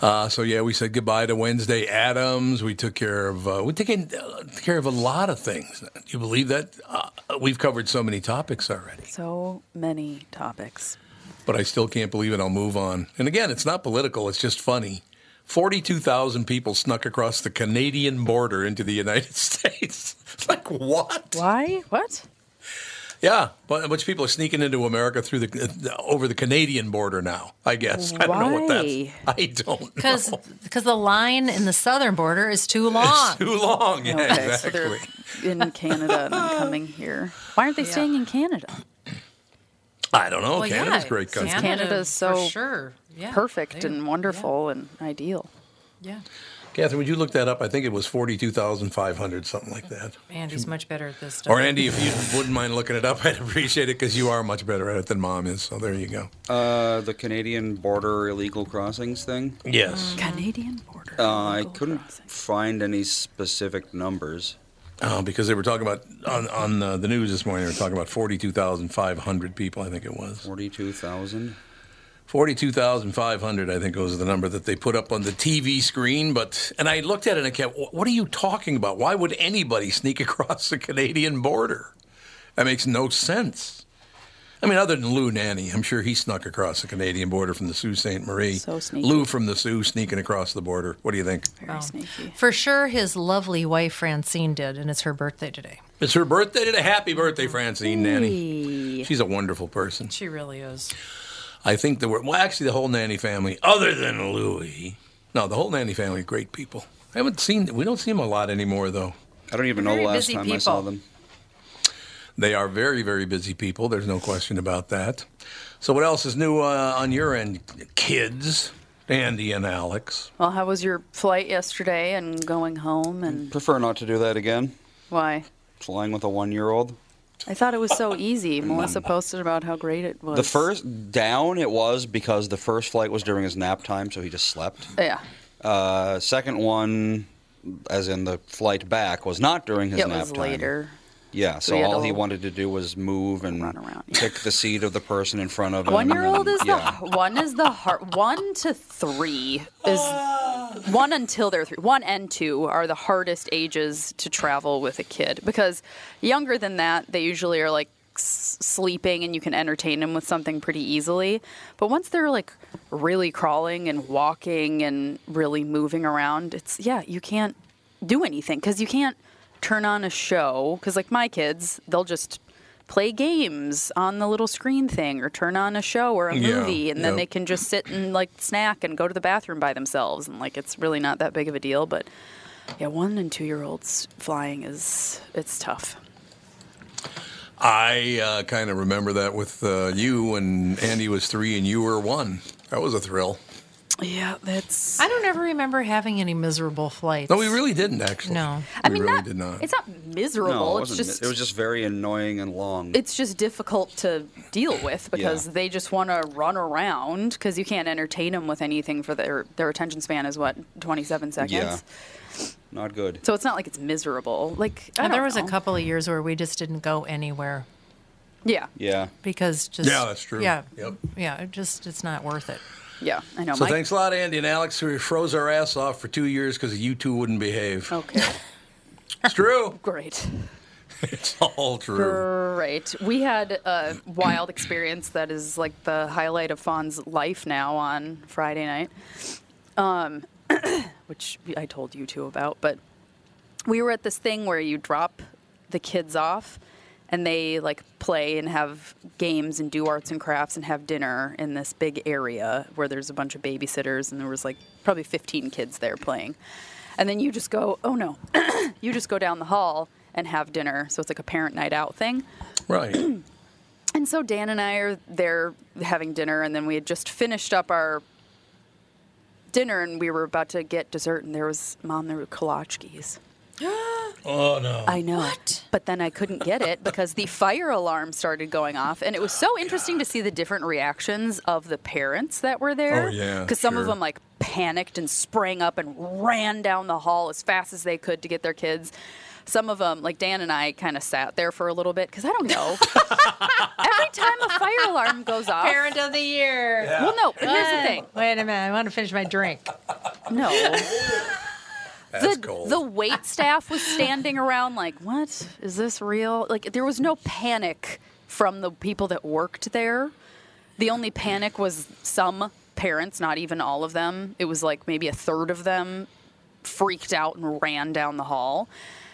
A: Uh, so yeah, we said goodbye to Wednesday Adams. We took care of uh, we taken uh, took care of a lot of things. Do you believe that? Uh, we've covered so many topics already,
F: So many topics.
A: but I still can't believe it. I'll move on. And again, it's not political. It's just funny. Forty-two thousand people snuck across the Canadian border into the United States. It's like what?
F: Why? What?
A: Yeah, but a bunch of people are sneaking into America through the uh, over the Canadian border now. I guess I don't know what that's.
F: Why?
A: I don't know.
B: Because the line in the southern border is too long.
A: It's too long. Yeah,
F: Okay, so
A: exactly.
F: they're in Canada and then coming here. Why aren't they staying in Canada?
A: I don't know.
B: Well, yeah,
A: Oh, Canada's a great country.
B: Canada,
F: Canada's so
B: for sure yeah,
F: Perfect
B: they-
F: and wonderful and ideal.
B: Yeah,
A: Catherine, would you look that up? I think it was forty-two thousand five hundred, something like that.
B: Andy's much better at this stuff.
A: Or Andy, if you wouldn't mind looking it up, I'd appreciate it because you are much better at it than Mom is. So there you go.
C: Uh, the Canadian border illegal crossings thing.
A: Yes.
B: Mm-hmm.
F: Canadian border.
C: Uh, I
F: legal
C: couldn't
F: crossing.
C: find any specific numbers.
A: Uh, because they were talking about on on uh, the news this morning. They were talking about forty-two thousand five hundred people. I think it was.
C: Forty-two thousand.
A: 42,500, I think, was the number that they put up on the TV screen. But, and I looked at it and I kept, "Wh- what are you talking about? Why would anybody sneak across the Canadian border? That makes no sense. I mean, other than Lou Nanny, I'm sure he snuck across the Canadian border from the Sault Ste. Marie.
F: So sneaky.
A: Lou from the Sioux sneaking across the border. What do you think?
F: Very sneaky.
B: For sure, his lovely wife Francine did, and it's her birthday today.
A: It's her birthday today. Happy birthday, Francine Nanny. She's a wonderful person.
B: She really is.
A: I think the word, well, actually, the whole nanny family, other than Louie. No, the whole nanny family, great people. I haven't seen, we don't see them a lot anymore, though.
C: I don't even know the
B: Very
C: last
B: busy
C: time I saw
B: people.
C: them.
A: They are very, very busy people. There's no question about that. So, what else is new uh, on your end, kids? Andy and Alex.
F: Well, how was your flight yesterday and going home and
C: Prefer not to do that again.
F: why?
C: Flying with a one-year-old.
F: I thought it was so easy. Melissa posted about how great it was.
C: The first down it was because the first flight was during his nap time, so he just slept.
F: Yeah.
C: Uh, second one, as in the flight back, was not during his
F: It
C: nap
F: was
C: time.
F: later.
C: Yeah, so
F: we had
C: all
F: to
C: he
F: l-
C: wanted to do was move and
F: Run around, yeah.
C: pick the seat of the person in front of him.
F: One year old
C: and-
F: is
C: yeah.
F: the one is the hard one to three is one until they're three. One and two are the hardest ages to travel with a kid because younger than that they usually are like s- sleeping and you can entertain them with something pretty easily. But once they're like really crawling and walking and really moving around, it's yeah you can't do anything because you can't turn on a show because like my kids they'll just play games on the little screen thing or turn on a show or a
A: Yeah,
F: movie and then
A: yep.
F: they can just sit and like snack and go to the bathroom by themselves and like it's really not that big of a deal but yeah one and two year olds flying is it's tough
A: I uh, kind of remember that with uh, you when Andy was three and you were one. That was a thrill.
F: yeah that's
B: I don't ever remember having any miserable flights.
A: No, we really didn't, actually.
B: No.
A: We really did not.
F: it's not miserable
C: No, it
F: it's
C: wasn't.
F: just
C: it was just very annoying and long.
F: it's just difficult to deal with because
C: Yeah.
F: they just want to run around because you can't entertain them with anything for their their attention span is what 27 seconds
C: yeah, not good.
F: so it's not like it's miserable like I
B: And there
F: don't
B: was a
F: know.
B: couple of years where we just didn't go anywhere
F: yeah
C: Yeah,
B: because just
A: Yeah, that's true.
B: Yeah,
A: Yep.
B: yeah, it just it's not worth it.
F: yeah i know
A: So
F: my-
A: thanks a lot, Andy and Alex. We froze our ass off for two years because you two wouldn't behave.
F: okay
A: It's true.
F: great
A: It's all true.
F: Great. We had a wild experience that is like the highlight of Fawn's life now on Friday night, um, which I told you two about. But we were at this thing where you drop the kids off and they like play and have games and do arts and crafts and have dinner in this big area where there's a bunch of babysitters and there was like probably 15 kids there playing. And then you just go, oh no, you just go down the hall and have dinner. So it's like a parent night out thing.
A: Right.
F: And so Dan and I are there having dinner, and then we had just finished up our dinner, and we were about to get dessert, and there was mom, there were kolaches.
I: Oh no.
F: I know. But then I couldn't get it because the fire alarm started going off. And it was so interesting to see the different reactions of the parents that were there.
A: Oh, yeah,
F: Because some of
A: sure.
F: them, like, panicked and sprang up and ran down the hall as fast as they could to get their kids. Some of them, like Dan and I, kind of sat there for a little bit because I don't know. Every time a fire alarm goes off.
B: Parent of the year.
F: Well, no, but here's the thing.
B: Wait a minute. I want to finish my drink.
F: No.
A: That's
F: the,
A: cold.
F: The wait staff was standing around like, what? Is this real? Like, there was no panic from the people that worked there. The only panic was some parents, not even all of them. It was like maybe a third of them freaked out and ran down the hall.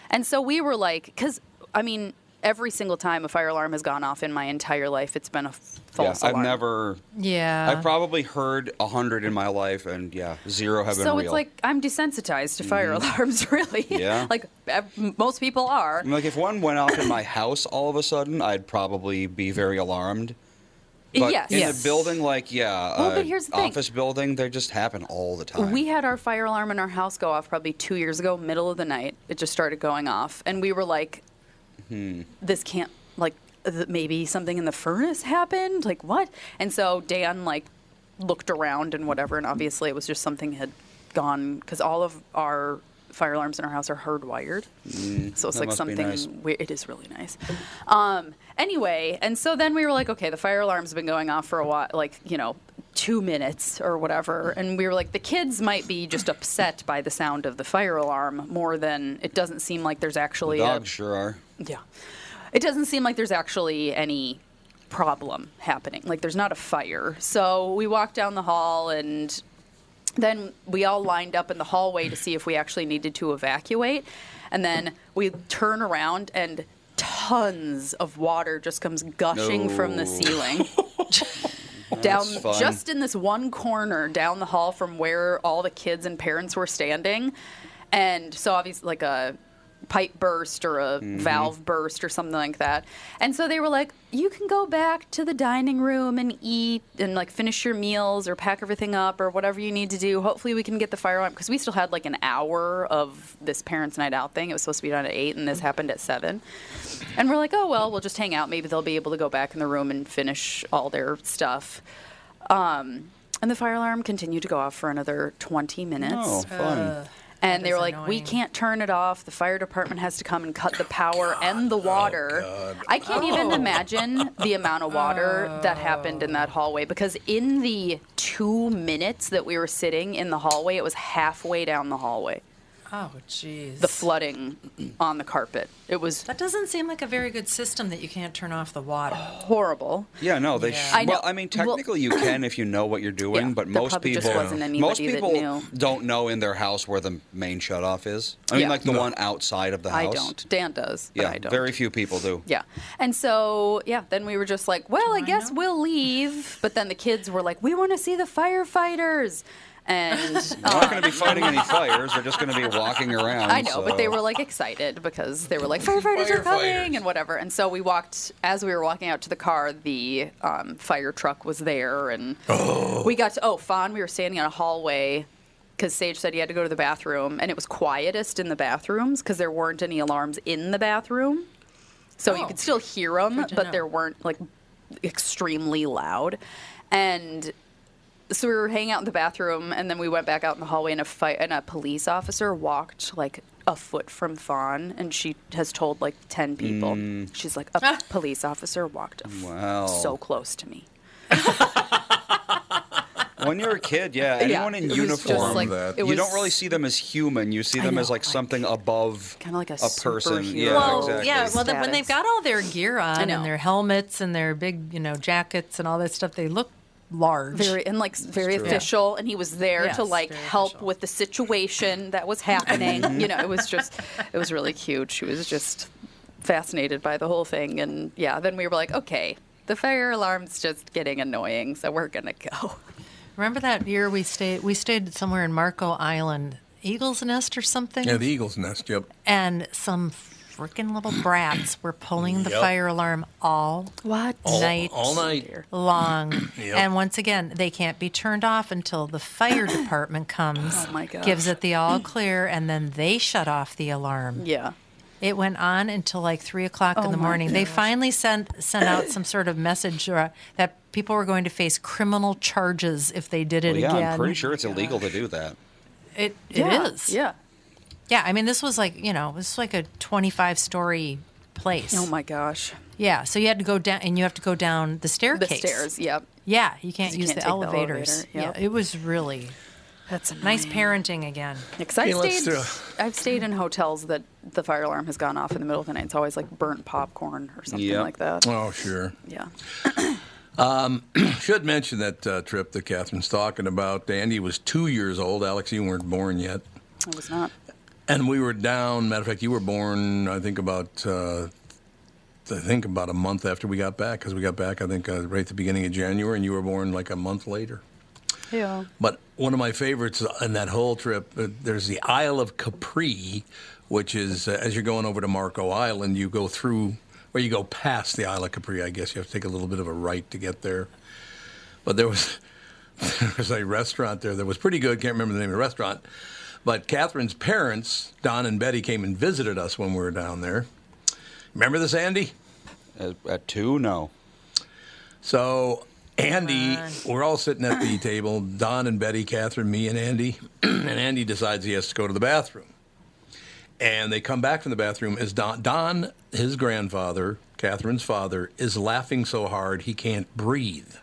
F: And so we were like, because, I mean, every single time a fire alarm has gone off in my entire life, it's been a f-
C: Yeah,
F: false
C: I've
F: alarm.
C: never.
B: Yeah.
C: I've probably heard a hundred in my life, and yeah, zero have been
F: so
C: real. Mm-hmm.
F: it's like I'm desensitized to fire alarms, really.
C: Yeah.
F: like uh, most people are.
C: I'm like if one went off in my house all of a sudden, I'd probably be very alarmed. But
F: yes.
C: in
F: Yes.
C: a building like yeah,
F: Well,
C: a
F: but here's the thing.
C: office building, they just happen all the time.
F: We had our fire alarm in our house go off probably two years ago, middle of the night. It just started going off, and we were like, Mm-hmm.
C: Hmm.
F: "This can't like th- maybe something in the furnace happened. Like what?" And so Dan like looked around and whatever, and obviously it was just something had gone because all of our fire alarms in our house are hardwired, so it's
C: Mm, that
F: like
C: must be
F: something.
C: nice.
F: we- It is really nice. Um, anyway, and so then we were like, okay, the fire alarm's been going off for a while, like, you know, two minutes or whatever. And we were like, the kids might be just upset by the sound of the fire alarm more than it doesn't seem like there's actually a,
C: Dogs sure are.
F: yeah. It doesn't seem like there's actually any problem happening. Like there's not a fire. So we walked down the hall and then we all lined up in the hallway to see if we actually needed to evacuate. And then we turn around and tons of water just comes gushing from the
C: No.
F: ceiling. down
C: That's fun.
F: just in this one corner down the hall from where all the kids and parents were standing. And so obviously like a pipe burst or a
C: Mm-hmm.
F: valve burst or something like that. And so they were like, you can go back to the dining room and eat and like finish your meals or pack everything up or whatever you need to do. Hopefully we can get the fire alarm because we still had like an hour of this parents night out thing. It was supposed to be done at 8 and this happened at 7. And we're like, "Oh, well, we'll just hang out. Maybe they'll be able to go back in the room and finish all their stuff." Um and the fire alarm continued to go off for another 20 minutes.
C: Oh, fun.
F: And
B: That
F: they were
B: is
F: like, we
B: annoying.
F: can't turn it off. The fire department has to come and cut the power and the water.
C: Oh,
F: I can't
B: Oh.
F: even imagine the amount of water that happened in that hallway because in the two minutes that we were sitting in the hallway, it was halfway down the hallway.
B: Oh, jeez.
F: The flooding on the carpet. It was
B: That doesn't seem like a very good system that you can't turn off the water.
F: horrible.
C: Yeah, no, they. Sh-
F: I know.
C: Well, I mean,
F: Well-
C: technically you can if you know what you're doing,
F: Yeah,
C: but
F: there
C: most
F: probably just
C: people,
F: wasn't
C: most
F: anybody that
C: people
F: knew.
C: don't know in their house where the main shutoff is. I mean,
F: Yeah.
C: like the one outside of the
F: I
C: house.
F: don't. Dan does. But
C: Yeah,
F: I don't.
C: very few people do.
F: Yeah. And so, yeah, then we were just like, well, I guess we'll leave. But then the kids were like, we want to see the firefighters. And
C: They're not going to be fighting any fires. They're just going to be walking around.
F: Uh. I know, but they
C: so-
F: were like excited because they were like, firefighters are coming and whatever. And so we walked, as we were walking out to the car, the um, fire truck was there. And we got to, oh, Fawn, we were standing in a hallway because Sage said he had to go to the bathroom. And it was quietest in the bathrooms because there weren't any alarms in the bathroom. So you
B: Oh.
F: could still hear them,
B: Good to
F: but
B: know.
F: there weren't like extremely loud. And so we were hanging out in the bathroom, and then we went back out in the hallway, and a fight, and a police officer walked like a foot from Fawn, and she has told like ten people. She's like, a police officer walked a f-
C: Wow.
F: so close to me.
C: when you're a kid, yeah, anyone in
F: it was just,
C: uniform,
F: like,
A: that-
F: it
C: you don't
F: was-
C: really see them as human. You see them as
F: know,
C: like
F: like-
C: something above,
F: Kinda like a
C: person.
F: superhero.
C: Yeah,
B: Well,
C: exactly.
B: yeah. Well, then when they've
F: Status.
B: got all their gear on
F: know.
B: and their helmets and their big, you know, jackets and all that stuff, they look large.
F: very and like very official and he was there
B: Yes,
F: to like
B: very
F: help
B: official.
F: with the situation that was happening you know it was just it was really cute she was just fascinated by the whole thing and yeah then we were like okay the fire alarm's just getting annoying so we're gonna go
B: Remember that year we stayed? We stayed somewhere in Marco Island, Eagle's Nest or something,
A: Yeah, the eagle's nest. Yep.
B: and some freaking little brats were pulling the
A: Yep.
B: fire alarm all
F: What?
A: All-
B: night,
A: all night.
B: long.
A: Yep.
B: And once again, they can't be turned off until the fire department comes,
F: Oh my gosh.
B: gives it the all clear, and then they shut off the alarm.
F: Yeah.
B: It went on until like three o'clock
F: Oh
B: in the
F: my
B: morning. They
F: gosh.
B: finally sent sent out some sort of message uh, that people were going to face criminal charges if they did it
C: Well, yeah,
B: again.
C: I'm pretty sure it's illegal to do that.
B: It it is.
F: yeah. Yeah.
B: Yeah, I mean, this was like you know, this was like a twenty-five story place.
F: Oh my gosh.
B: Yeah, so you had to go down, and you have to go down the
F: The
B: staircase.
F: stairs. Yep.
B: Yeah, you can't
F: You
B: use
F: can't
B: the
F: take the
B: elevators.
F: elevator, yep.
B: Yeah, it was really
F: That's
B: nice parenting again.
F: Because I've
A: Yeah, let's
F: stayed,
A: do
F: I've stayed in hotels that the fire alarm has gone off in the middle of the night. It's always like burnt popcorn or something
C: Yep.
F: like that.
A: Oh, sure.
F: Yeah.
A: Um, Should mention that uh, trip that Catherine's talking about. Andy was two years old. Alex, you weren't born yet.
F: It was not.
A: And we were down. Matter of fact, you were born. I think about. Uh, I think about a month after we got back, because we got back, I think, uh, right at the beginning of January, and you were born like a month later.
F: Yeah.
A: But one of my favorites on that whole trip, uh, there's the Isle of Capri, which is uh, as you're going over to Marco Island, you go through, or you go past the Isle of Capri. I guess you have to take a little bit of a right to get there. But there was there was a restaurant there that was pretty good. Can't remember the name of the restaurant. But Catherine's parents, Don and Betty, came and visited us when we were down there. Remember this, Andy?
C: At, at two, no.
A: So Andy, we're all sitting at the table. Don and Betty, Catherine, me, and Andy. and Andy decides he has to go to the bathroom. And they come back from the bathroom as Don, Don his grandfather, Catherine's father, is laughing so hard he can't breathe.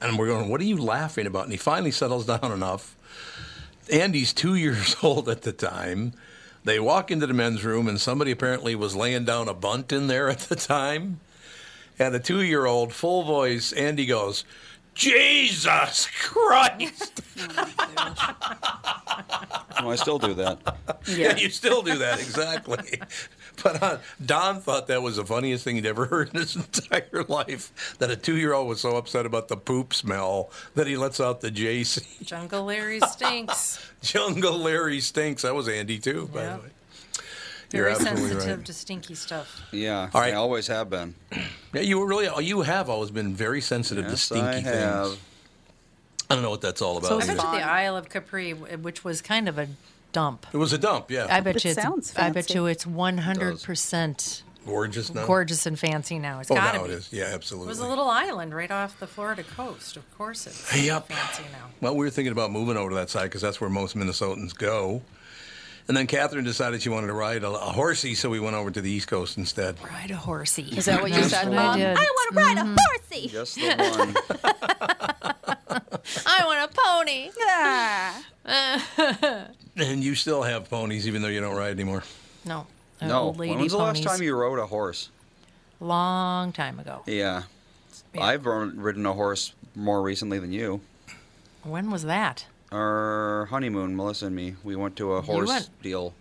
A: And we're going, what are you laughing about? And he finally settles down enough. Andy's two years old at the time. They walk into the men's room, and somebody apparently was laying down a bunt in there at the time and a two year old, full voice, Andy goes, Jesus Christ!
C: No, Oh, I still do that.
A: Yeah, you still do that, exactly. but uh, Don thought that was the funniest thing he'd ever heard in his entire life that a two year old was so upset about the poop smell that he lets out the JC.
B: Jungle Larry stinks.
A: Jungle Larry stinks. That was Andy, too, by
B: Yeah.
A: the way. You're
B: Very
A: absolutely
B: sensitive
A: right.
B: to stinky stuff.
C: Yeah,
A: All right.
C: I always have been.
A: Yeah, you were really, you have always been very sensitive to
C: Yes,
A: stinky
C: I have.
A: things. I don't know what that's all about.
F: So
B: I bet you
F: Fun.
B: the Isle of Capri, w- which was kind of a dump.
A: it was a dump, yeah.
B: I bet
F: It
B: you it's,
F: sounds
B: I bet
F: fancy.
B: you it's one hundred percent
A: gorgeous now.
B: gorgeous and fancy now. It's
A: Oh,
B: gotta
A: now
B: be.
A: it is. Yeah, absolutely.
B: It was a little island right off the Florida coast. Of course, it's
A: Yep.
B: fancy now.
A: Well, we were thinking about moving over to that side because that's where most Minnesotans go. And then Catherine decided she wanted to ride a, a horsey, so we went over to the East Coast instead.
B: Ride a horsey. Mm-hmm.
F: Is that what you
B: That's
F: said,
B: what
F: Mom?
B: I did.
I: want to ride a horsey.
C: Just the one.
I: I want a pony.
A: And you still have ponies, even though you don't ride anymore.
B: No.
A: Oh,
B: uh,
C: No.
B: old lady
C: When was the last
B: ponies.
C: time you rode a horse?
B: Long time ago.
C: Yeah. I've run- ridden a horse more recently than you.
B: When was that?
C: Our honeymoon, Melissa and me, we went to a horse
B: went-
C: deal.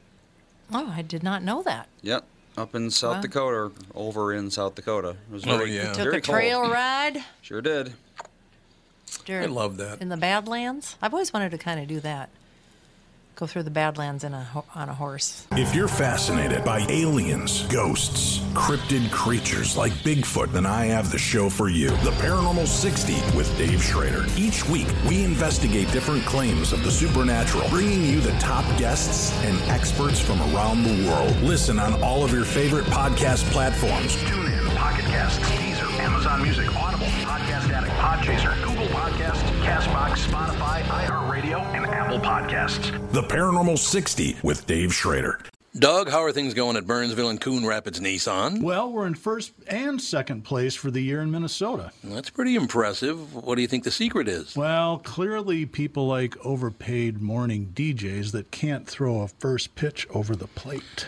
B: Oh, I did not know that.
C: Yep. Up in South
B: Wow.
C: Dakota, or over in South Dakota. It was
A: Oh,
C: very,
A: yeah. You
B: Took
C: very
B: a trail
C: cold.
B: ride.
C: Sure did.
A: I
B: during-
A: love that.
B: in the Badlands. I've always wanted to kind of do that. Go through the Badlands in a ho- on a horse.
G: If you're fascinated by aliens, ghosts, cryptid creatures like Bigfoot, then I have the show for you The Paranormal 60 with Dave Schrader. Each week, we investigate different claims of the supernatural, bringing you the top guests and experts from around the world. Listen on all of your favorite podcast platforms.
H: TuneIn, Pocket Casts, Deezer, Amazon Music, Audible, Podcast Addict, Podchaser, Google Podcasts, Castbox, Spotify, iHeartRadio, and Apple Podcasts.
G: The Paranormal 60 with Dave Schrader.
A: Doug, how are things going at Burnsville and Coon Rapids Nissan?
E: Well, we're in first and second place for the year in Minnesota.
A: That's pretty impressive. What do you think the secret is?
E: Well, clearly, people like overpaid morning DJs that can't throw a first pitch over the plate.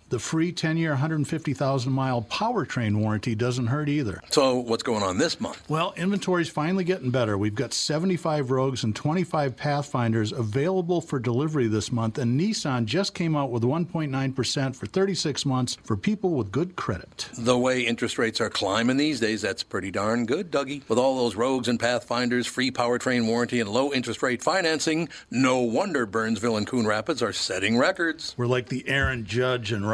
E: The free 10 year, 150,000 mile powertrain warranty doesn't hurt either.
A: So what's going on this month?
E: Well, inventory's finally getting better. We've got 75 Rogues and 25 Pathfinders available for delivery this month, and Nissan just came out with 1.9% for 36 months for people with good credit.
A: The way interest rates are climbing these days, that's pretty darn good, Dougie. With all those rogues and pathfinders, free powertrain warranty, and low interest rate financing, no wonder Burnsville and Coon Rapids are setting records.
E: We're like the Aaron Judge and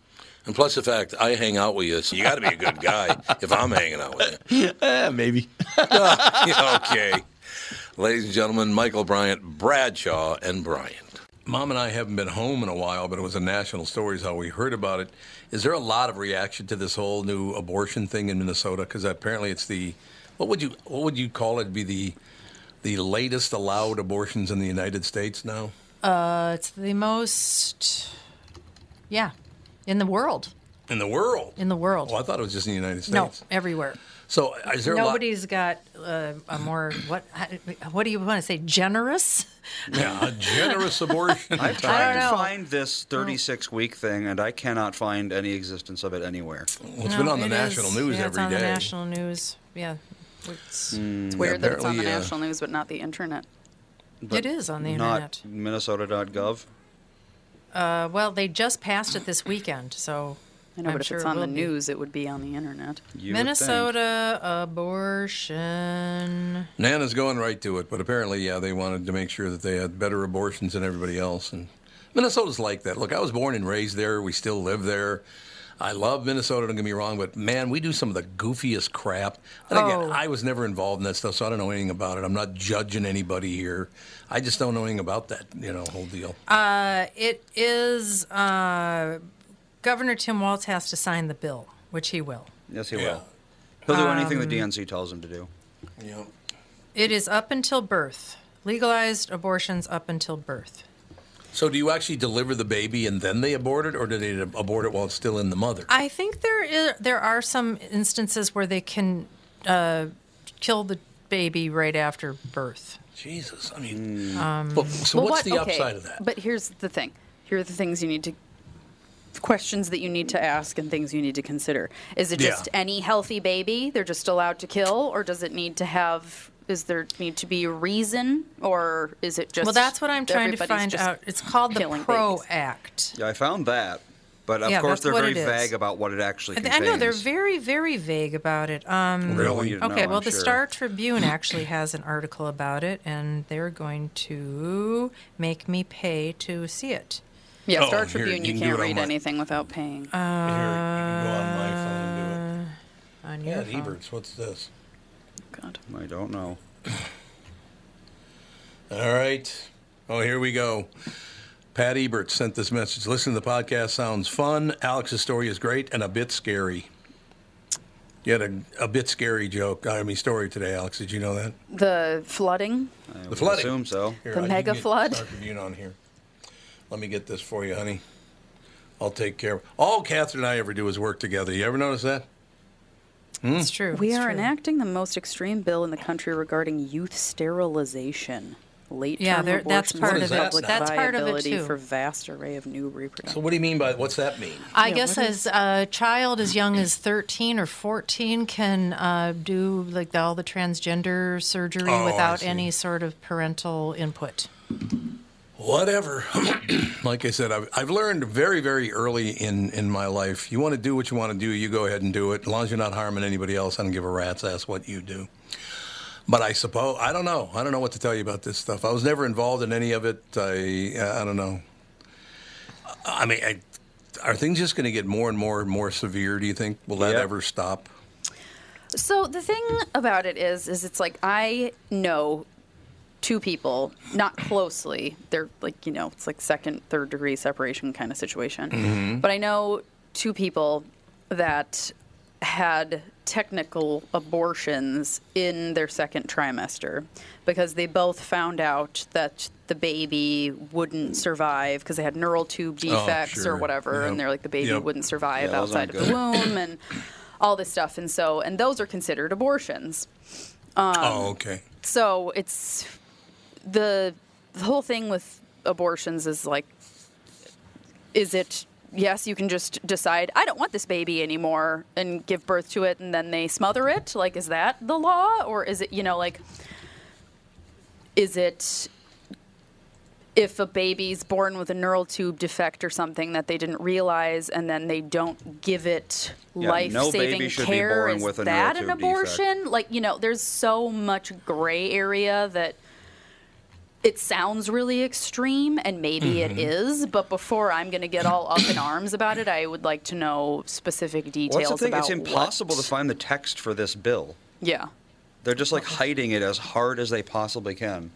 A: And plus the fact I hang out with you, so you got to be a good guy if I'm hanging out with you.
D: Eh, maybe.
A: okay. Ladies and gentlemen, Michael Bryant, Bradshaw, and Bryant. Mom and I haven't been home in a while, but it was a national story, is how we heard about it. Is there a lot of reaction to this whole new abortion thing in Minnesota? Because apparently it's the what would you what would you call it? Be the the latest allowed abortions in the United States now?
B: Uh, it's the most, yeah, in the world.
A: In the world.
B: In the world.
A: Oh, I thought it was just in the United States.
B: No, everywhere.
A: So is there
B: Nobody's got uh, a more what? What do you want to say? Generous?
A: a lot? Yeah, a generous abortion.
C: I've tried
B: don't
C: to
B: know. Oh.
C: find this 36 week thing, and I cannot find any existence of it anywhere.
A: It's been
B: No,
A: on the
B: it
A: national
B: is.
A: news
B: yeah,
A: every day.
B: it's on the national news. Yeah, it's,
F: It's weird that it's on the
A: apparently, uh,
F: national news but not the internet.
B: it is on the
C: Not
B: internet.
C: Minnesota.gov.
B: Uh, well, they just passed it this weekend, so
F: I know,
B: I'm
F: but if
B: sure
F: it's
B: it
F: on the
B: will be.
F: news, it would be on the internet.
C: You would think.
B: Minnesota abortion.
A: Nana's going right to it, but apparently, yeah, they wanted to make sure that they had better abortions than everybody else. And Minnesota's like that. Look, I was born and raised there. We still live there. I love Minnesota, don't get me wrong, but man, we do some of the goofiest crap. And again,
B: Oh.
A: I was never involved in that stuff, so I don't know anything about it. I'm not judging anybody here. I just don't know anything about that, you know, whole deal.
B: Uh, It is uh, Governor Tim Walz has to sign the bill, which he will.
C: Yes, he
A: Yeah.
C: will. He'll do anything the DNC tells him to do.
A: yeah.
B: It is up until birth. Legalized abortions up until birth.
A: So, do you actually deliver the baby and then they abort it, or do they abort it while it's still in the mother?
B: I think there is, there are some instances where they can uh, kill the baby right after birth.
A: Jesus, I mean,
C: Hmm.
B: Um,
A: but- so what's the
F: okay,
A: upside of that?
F: But here's the thing. Here are the things you need to questions that you need to ask and things you need to consider. Is it
A: Yeah.
F: just any healthy baby they're just allowed to kill or does it need to have is there need to be a reason or is it just
B: Well, that's what I'm trying to
F: everybody's
B: find
F: just-
B: out. It's called the
F: killing
B: PRO
F: babies.
B: Act.
C: Yeah, I found that, but of
B: Yeah,
C: course
B: that's
C: they're
B: what
C: very
B: it is.
C: vague about what it actually
B: I
C: contains.
B: I know they're very, very vague about it. Um,
A: Really?
C: You know,
B: Okay, well,
C: I'm
B: the
C: sure.
B: Star Tribune actually has an article about it, and they're going to make me pay to see it.
F: Yeah,
A: Oh,
F: Star
A: here,
F: Tribune
A: you
F: you,
A: can do
F: can't
A: it on
F: read
A: my-
F: anything without paying.
A: Here, you can go on my phone and do it.
B: Uh, On your
A: Yeah,
B: phone.
A: Eberts, what's this?
F: God.
C: I don't know.
A: All right. Oh, here we go. Pat Ebert sent this message. Listen, the podcast sounds fun. Alex's story is great and a bit scary. You had a, a bit scary joke, I mean, story today, Alex. Did you know that?
F: The flooding?
C: I
A: The
C: would
A: flooding.
C: assume so.
A: Here,
F: The
A: I can
F: mega
A: get
F: flood.
A: Star Tribune on here. Let me get this for you, honey. I'll take care of All Catherine and I ever do is work together. You ever notice that? Hmm?
B: It's true.
F: We
B: it's
F: are
B: true.
F: enacting the most extreme bill in the country regarding youth sterilization. Late
B: Yeah,
F: term
B: there- that's
F: abortion
B: part
F: and
A: of it.
F: public
B: That's part of it,
F: viability
B: too.
F: for vast array of new reproductive.
A: So, what do you mean by what's that mean?
B: I guess as a child as young as 13 or 14 can uh, do like the, all the transgender surgery
A: Oh, I
B: without
A: see.
B: any sort of parental input.
A: whatever. like I said, I've, I've learned very, very early in, in my life you want to do what you want to do, you go ahead and do it. As long as you're not harming anybody else, I don't give a rat's ass what you do. But I suppose, I don't know. I don't know what to tell you about this stuff. I was never involved in any of it. I, I don't know. I mean, I, are things just going to get more and more and more severe, do you think? Will that ever stop?
F: So the thing about it is, is it's like I know two people, not closely. They're like you know, it's like second, third degree separation kind of situation.
A: Mm-hmm.
B: Mm-hmm.
J: Mhm.
F: But I know two people that had technical abortions in their second trimester because they both found out that the baby wouldn't survive because they had neural tube
J: Oh,
F: defects
J: sure.
F: or whatever and
J: Yep.
F: they're like the baby
J: Yep.
F: wouldn't survive
J: Yeah, those
F: outside
J: aren't
F: of the
J: good.
F: womb and all this stuff and so and those are considered abortions um,
A: oh, okay.
F: so it's the, the whole thing with abortions is like is it yes you can just decide i don't want this baby anymore and give birth to it and then they smother it like is that the law or is it you know like is it if a baby's born with a neural tube defect or something that they didn't realize and then they don't give it
C: Yeah, no
F: life-saving
C: baby should be
F: care
C: born
F: is
C: with a neural
F: that an
C: tube defect.
F: abortion like you know there's so much gray area that it sounds really extreme and maybe it
C: Mhm.
F: is but before i'm going to get all up in arms about it i would like to know specific
C: Well,
F: details
C: that's the thing.
F: about
C: It's
F: what-
C: impossible to find the text for this bill.
F: yeah
C: They're just like hiding it as hard as they possibly can.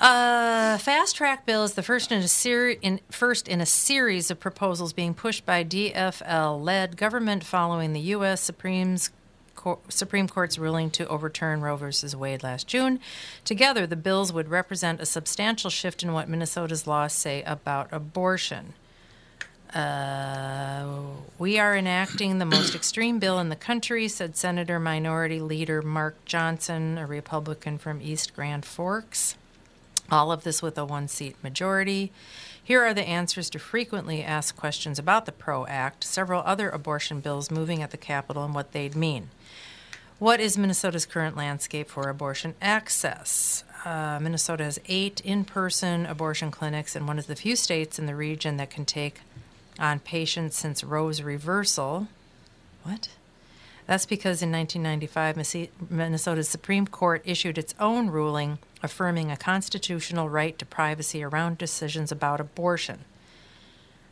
B: Uh, fast track bill is the first in a series in first in a series of proposals being pushed by DFL-led government following the U.S. Supreme's Co- Supreme Court's ruling to overturn Roe versus Wade last June. Together, the bills would represent a substantial shift in what Minnesota's laws say about abortion. Uh, we are enacting the most extreme bill in the country, said Senator Minority Leader Mark Johnson, a Republican from East Grand Forks. All of this with a one seat majority. Here are the answers to frequently asked questions about the PRO Act, several other abortion bills moving at the Capitol, and what they'd mean. What is Minnesota's current landscape for abortion access? Uh, Minnesota has eight in person abortion clinics and one of the few states in the region that can take on patients since Roe's reversal. What? That's because in 1995, Missy- Minnesota's Supreme Court issued its own ruling affirming a constitutional right to privacy around decisions about abortion.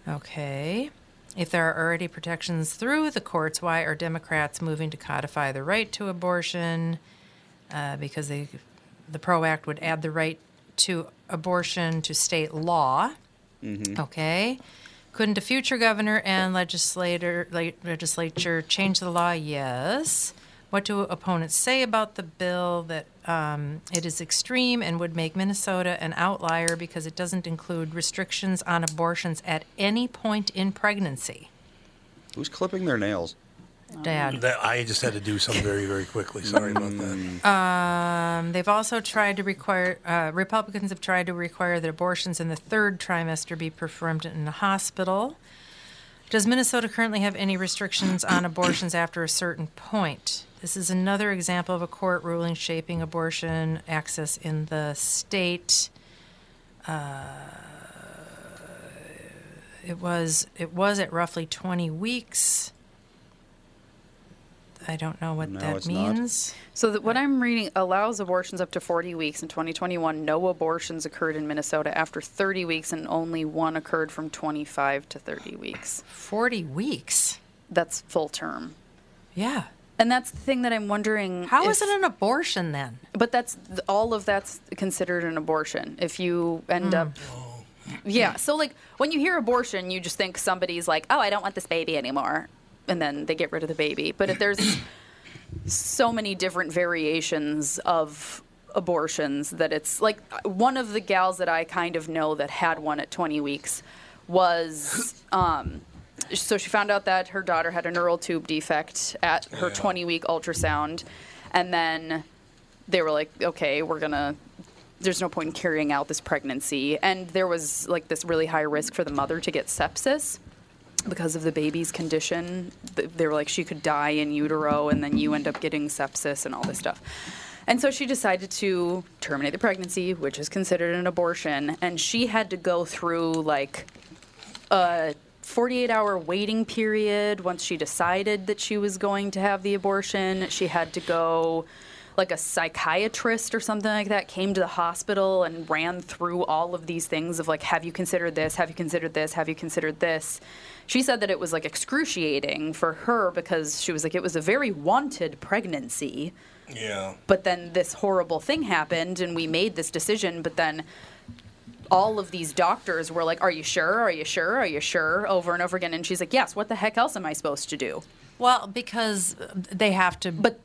B: Okay. If there are already protections through the courts, why are Democrats moving to codify the right to abortion? Uh, because they, the PRO Act would add the right to abortion to state law.
J: Mm-hmm.
B: Oh. Okay. Couldn't a future governor and legislator late legislature change the law? Yes. What do opponents say about the bill that um, it is extreme and would make Minnesota an outlier because it doesn't include restrictions on abortions at any point in pregnancy?
C: Who's clipping their nails?
B: Dad.
A: That- I just had to do something very, very quickly. Sorry about
C: Mm.
A: that.
B: Um, they've also tried to require, uh, Republicans have tried to require that abortions in the third trimester be performed in a hospital. Does Minnesota currently have any restrictions on abortions after a certain point? This is another example of a court ruling shaping abortion access in the state. Uh, it was it was at roughly 20 weeks. I don't know what that means.
F: so that what i'm reading allows abortions up to 40 weeks in 2021 no abortions occurred in minnesota after 30 weeks and only one occurred from 25 to 30 weeks
B: 40 weeks
F: that's full term
B: Yeah.
F: and that's the thing that i'm wondering
B: How is it an abortion then
F: But that's all of that's considered an abortion if you end up.
B: Hmm.
F: Yeah. So like when you hear abortion, you just think somebody's like, "Oh, I don't want this baby anymore," and then they get rid of the baby. But if there's so many different variations of abortions that it's like one of the gals that I kind of know that had one at 20 weeks was um so she found out that her daughter had a neural tube defect at her
J: Yeah.
F: 20 week ultrasound and then they were like, okay, we're gonna. There's no point in carrying out this pregnancy, and there was like this really high risk for the mother to get sepsis because of the baby's condition. Th- They were like, she could die in utero, and then you end up getting sepsis and all this stuff. And so she decided to terminate the pregnancy, which is considered an abortion. And she had to go through like a 48 hour waiting period once she decided that she was going to have the abortion. She had to go, like a psychiatrist or something like that came to the hospital and ran through all of these things of like, have you considered this? Have you considered this? Have you considered this? She said that it was like excruciating for her because she was like, it was a very wanted pregnancy
A: Yeah.
F: but then this horrible thing happened and we made this decision but then all of these doctors were like are you sure are you sure are you sure over and over again and she's like yes what the heck else am i supposed to do
B: Well, because they have to, but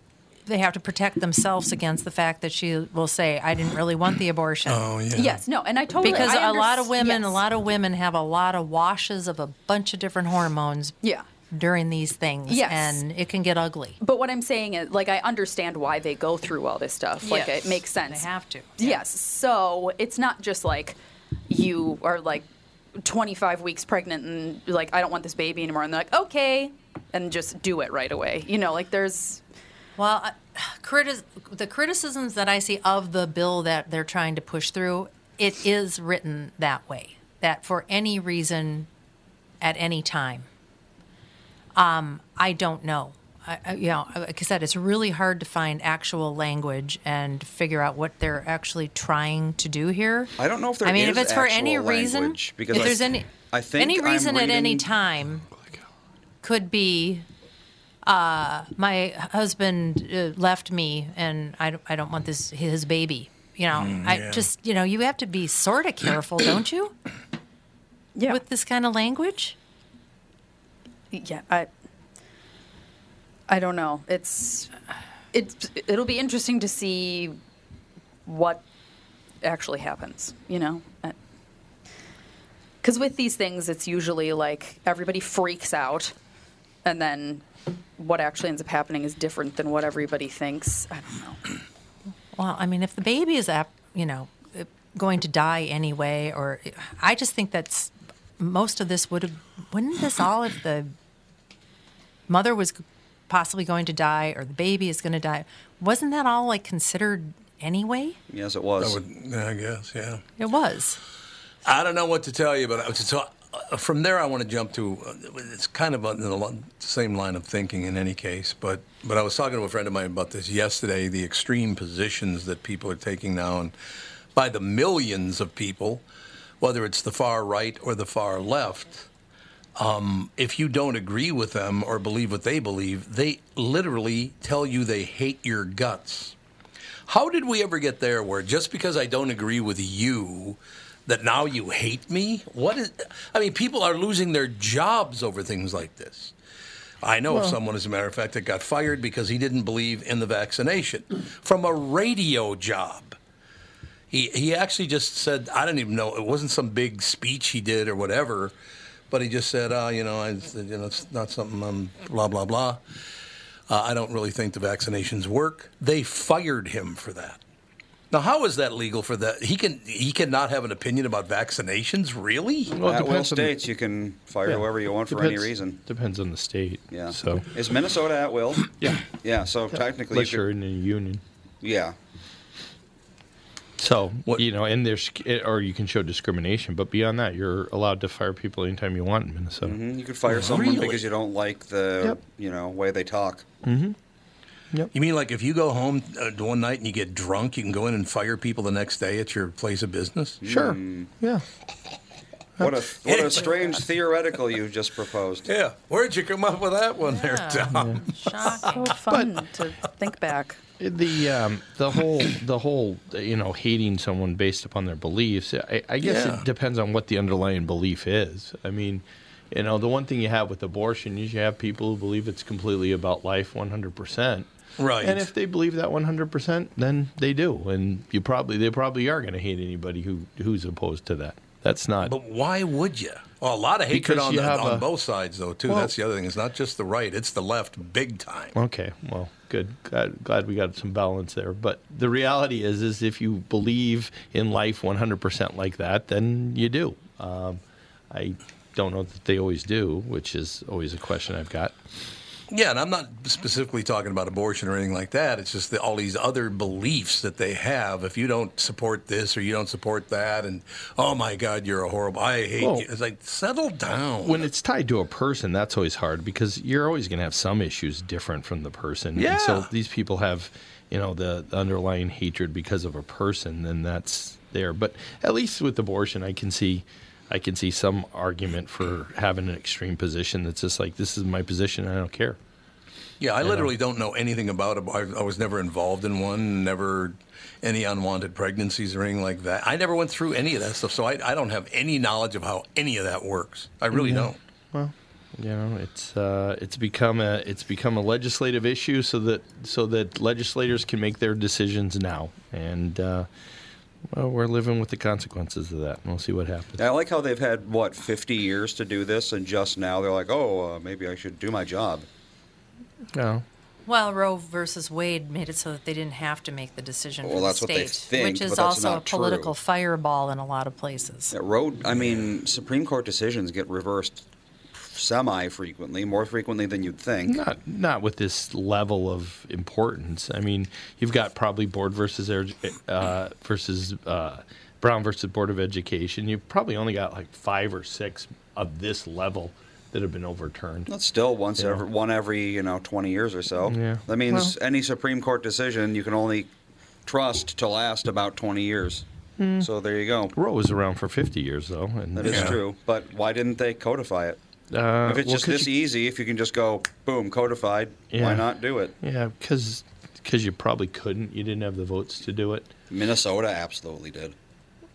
B: they have to protect themselves against the fact that she will say, "I didn't really want the abortion." Oh
A: yeah.
F: yes no and i totally
B: because
F: I
B: a lot
F: underst-
B: of women,
F: yes.
B: a lot of women have a lot of washes of a bunch of different hormones.
F: Yeah.
B: During these things,
F: Yes.
B: and it can get ugly.
F: but what i'm saying is like i understand why they go through all this stuff like
B: Yes.
F: it makes sense
B: They have to.
F: Yes. So it's not just like you are like 25 weeks pregnant and you're like, I don't want this baby anymore. And they're like, okay. And just do it right away. You know, like there's.
B: Well, I- critis- the criticisms that I see of the bill that they're trying to push through, it is written that way. That for any reason, at any time, um, I don't know. I, I, you know, like I said, it's really hard to find actual language and figure out what they're actually trying to do here.
C: I don't know if there
B: I mean, if
C: is
B: it's for any
C: actual
B: reason,
C: language, because
B: if
C: I-
B: there's any,
C: I think
B: any
C: I'm
B: reason at any
C: reading- Oh,
B: time could be uh, my husband uh, left me and I don't, I don't want this his baby. You know,
J: Mm, yeah.
B: I just you know you have to be sort of careful, don't you?
F: Yeah.
B: With this kind of language.
F: Yeah. I, I don't know. It's. It's, it'll be interesting to see what actually happens, you know? Because with these things, it's usually like everybody freaks out, and then what actually ends up happening is different than what everybody thinks. I don't know.
B: Well, I mean, if the baby is ap- you know uh, going to die anyway, or I just think that's most of this would have wouldn't this all if the mother was possibly going to die or the baby is going to die wasn't that all like considered anyway
C: Yes, it was.
A: I, would, I guess, yeah.
B: it was
A: I don't know what to tell you, but I- so uh, from there I want to jump to uh, it's kind of in the lo- same line of thinking in any case. But but I was talking to a friend of mine about this yesterday. The extreme positions that people are taking now, and by the millions of people, whether it's the far right or the far left. Um, if you don't agree with them or believe what they believe, they literally tell you they hate your guts. How did we ever get there where just because I don't agree with you, that now you hate me? What is, I mean, people are losing their jobs over things like this. I know of
K: Well-
A: someone, as a matter of fact, that got fired because he didn't believe in the vaccination from a radio job. He, he actually just said, I don't even know, it wasn't some big speech he did or whatever, but he just said, oh, you know, I, you know it's not something I'm blah, blah, blah. Uh, I don't really think the vaccinations work. They fired him for that. Now, how is that legal for that? He can he cannot have an opinion about vaccinations, really?
C: Well, At will states, you can fire whoever you want for any
D: Depends-
C: reason.
D: Depends on the state.
C: Yeah.
D: So
C: Is Minnesota at will? yeah. Yeah. So technically,
D: unless
C: you
D: you're
C: could-
D: in a union.
C: yeah.
D: So you know, and there's or you can show discrimination, but beyond that, you're allowed to fire people anytime you want in Minnesota.
C: Mhm, You could fire someone because you don't like the you know way they talk.
D: Mm-hmm.
A: You mean like if you go home uh, one night and you get drunk, you can go in and fire people the next day at your place of business?
D: Sure. Yeah.
C: Hmm. What a what a strange theoretical you just proposed.
A: Yeah. Where'd you come up with that one there, Tom?
F: So fun to think back.
D: The um, the whole the whole you know hating someone based upon their beliefs. I, I guess
A: Yeah.
D: it depends on what the underlying belief is. I mean, you know, the one thing you have with abortion is you have people who believe it's completely about life, one hundred percent.
A: Right.
D: And if they believe that one hundred percent, then they do, and you probably they probably are going to hate anybody who who's opposed to that. That's not.
A: But why would you? Well, a lot of hatred
D: Because
A: on,
D: you
A: the,
D: have
A: on
D: a-
A: both sides, though, too.
D: Well-
A: That's the other thing. It's not just the right, it's the left, big time.
D: Okay, well, good. Glad, glad we got some balance there. But the reality is, is if you believe in life 100% like that, then you do. Um, I don't know that they always do, which is always a question I've got.
A: Yeah, and I'm not specifically talking about abortion or anything like that. It's just the, all these other beliefs that they have. If you don't support this or you don't support that, and oh my God, you're a horrible. I hate
D: Well-
A: you. It's like settle down.
D: When it's tied to a person, that's always hard because you're always going to have some issues different from the person. And so
A: Yeah.
D: these people have, you know, the the underlying hatred because of a person, then that's there. But at least with abortion, I can see. I can see some argument for having an extreme position that's just like this is my position and I don't care.
A: Yeah, I literally don't know anything about it. I, I was never involved in one, never any unwanted pregnancies or anything like that. I never went through any of that stuff, so I, I don't have any knowledge of how any of that works. I really
D: Yeah.
A: don't.
D: Well, you know, it's uh, it's become a it's become a legislative issue so that so that legislators can make their decisions now, and uh, well, we're living with the consequences of that. and We'll see what happens.
C: I like how they've had what 50 years to do this, and just now they're like, "Oh, uh, maybe I should do my job."
D: No.
B: Well, Roe versus Wade made it so that they didn't have to make the decision for
C: Well,
B: the
C: that's what
B: state,
C: they think,
B: which is
C: but that's
B: also a
C: not true.
B: political fireball in a lot of places.
C: Yeah, road. I mean, Supreme Court decisions get reversed semi-frequently, more frequently than you'd think.
D: Not not with this level of importance. I mean, you've got probably board versus Ed- uh, versus uh, Brown versus Board of Education. You've probably only got like five or six of this level that have been overturned.
C: That's still once
D: Yeah.
C: every one every you know 20 years or so.
D: Yeah.
C: That means any Supreme Court decision you can only trust to last about 20 years.
D: Hmm.
C: So there you go.
D: Roe was around for 50 years though, and
C: That is true. But why didn't they codify it?
D: Uh,
C: if it's
D: well,
C: just
D: 'cause
C: this
D: you-
C: easy, if you can just go boom codified,
D: Yeah.
C: why not do it?
D: Yeah, because you probably couldn't. You didn't have the votes to do it.
C: Minnesota absolutely did.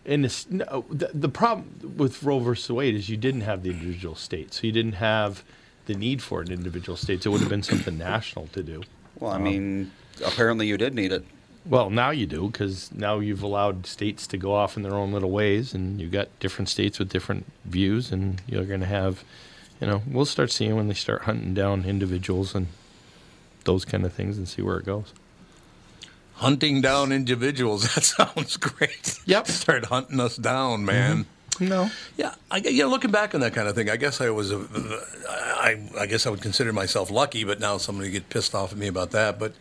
D: And this, no, the, the problem with Roe versus Wade is you didn't have the individual state, so you didn't have the need for an individual state. So it would have been something national to do.
C: Well, I mean, apparently you did need it.
D: Well, now you do because now you've allowed states to go off in their own little ways, and you've got different states with different views, and you're going to have, you know, we'll start seeing when they start hunting down individuals and those kind of things, and see where it goes.
A: Hunting down individuals. That sounds great.
D: Yep.
A: Start hunting us down, man.
D: No.
A: Yeah, I, yeah. Looking back on that kind of thing, I guess I was, a, I, I guess I would consider myself lucky. But now somebody get pissed off at me about that. But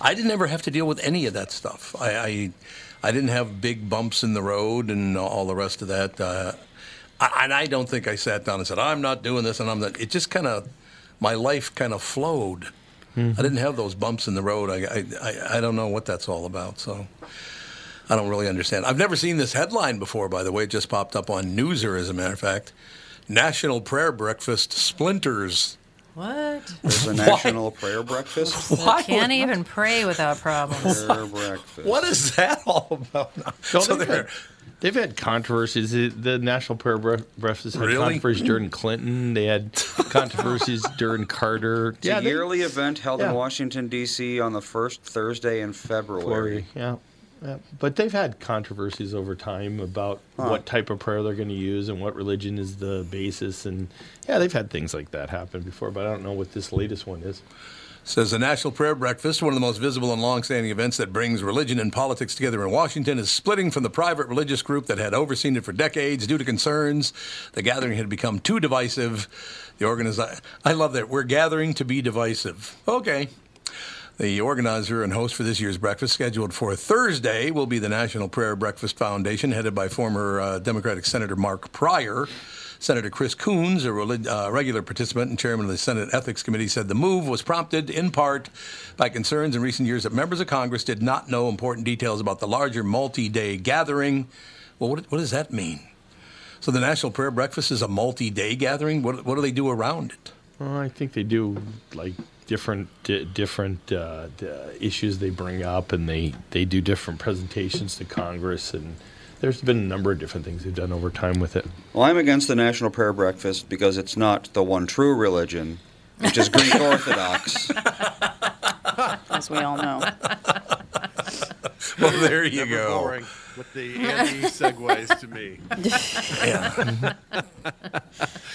A: I didn't ever have to deal with any of that stuff. I, I, I didn't have big bumps in the road and all the rest of that. Uh, I, and I don't think I sat down and said, "I'm not doing this," and I'm not. It just kind of, my life kind of flowed. I didn't have those bumps in the road. I, I, I, I don't know what that's all about. So. I don't really understand. I've never seen this headline before, by the way. It just popped up on Newser, as a matter of fact. National Prayer Breakfast Splinters.
B: What?
C: There's a national prayer breakfast.
B: I can't even pray without problems.
C: Prayer breakfast.
A: What is that all about? now? So
D: they've,
A: they're-
D: had, they've had controversies. The- The National Prayer Bre- Breakfast had
A: Really?
D: controversies during Clinton. They had controversies during Carter.
C: It's a
D: they-
C: yearly event held
D: yeah.
C: in Washington D.C. on the first Thursday in February.
D: February, Yeah. yeah. But they've had controversies over time about what type of prayer they're going to use and what religion is the basis. And yeah, they've had things like that happen before, but I don't know what this latest one is.
A: Says the National Prayer Breakfast, one of the most visible and long-standing events that brings religion and politics together in Washington, is splitting from the private religious group that had overseen it for decades due to concerns the gathering had become too divisive. The organizer, I love that we're gathering to be divisive. Okay. The organizer and host for this year's breakfast, scheduled for Thursday, will be the National Prayer Breakfast Foundation, headed by former uh, Democratic Senator Mark Pryor. Senator Chris Coons, a relig- uh, regular participant and chairman of the Senate Ethics Committee, said the move was prompted in part by concerns in recent years that members of Congress did not know important details about the larger multi day gathering. Well, what, what does that mean? So, the National Prayer Breakfast is a multi day gathering? What, what do they do around it?
D: Well, I think they do like different di- different uh, d- uh, issues they bring up, and they they do different presentations to Congress, and there's been a number of different things they've done over time with it.
C: Well, I'm against the National Prayer Breakfast because it's not the one true religion, which is Greek Orthodox.
F: as we all know.
A: Well, there you go.
J: Boring with the Andy segues to me.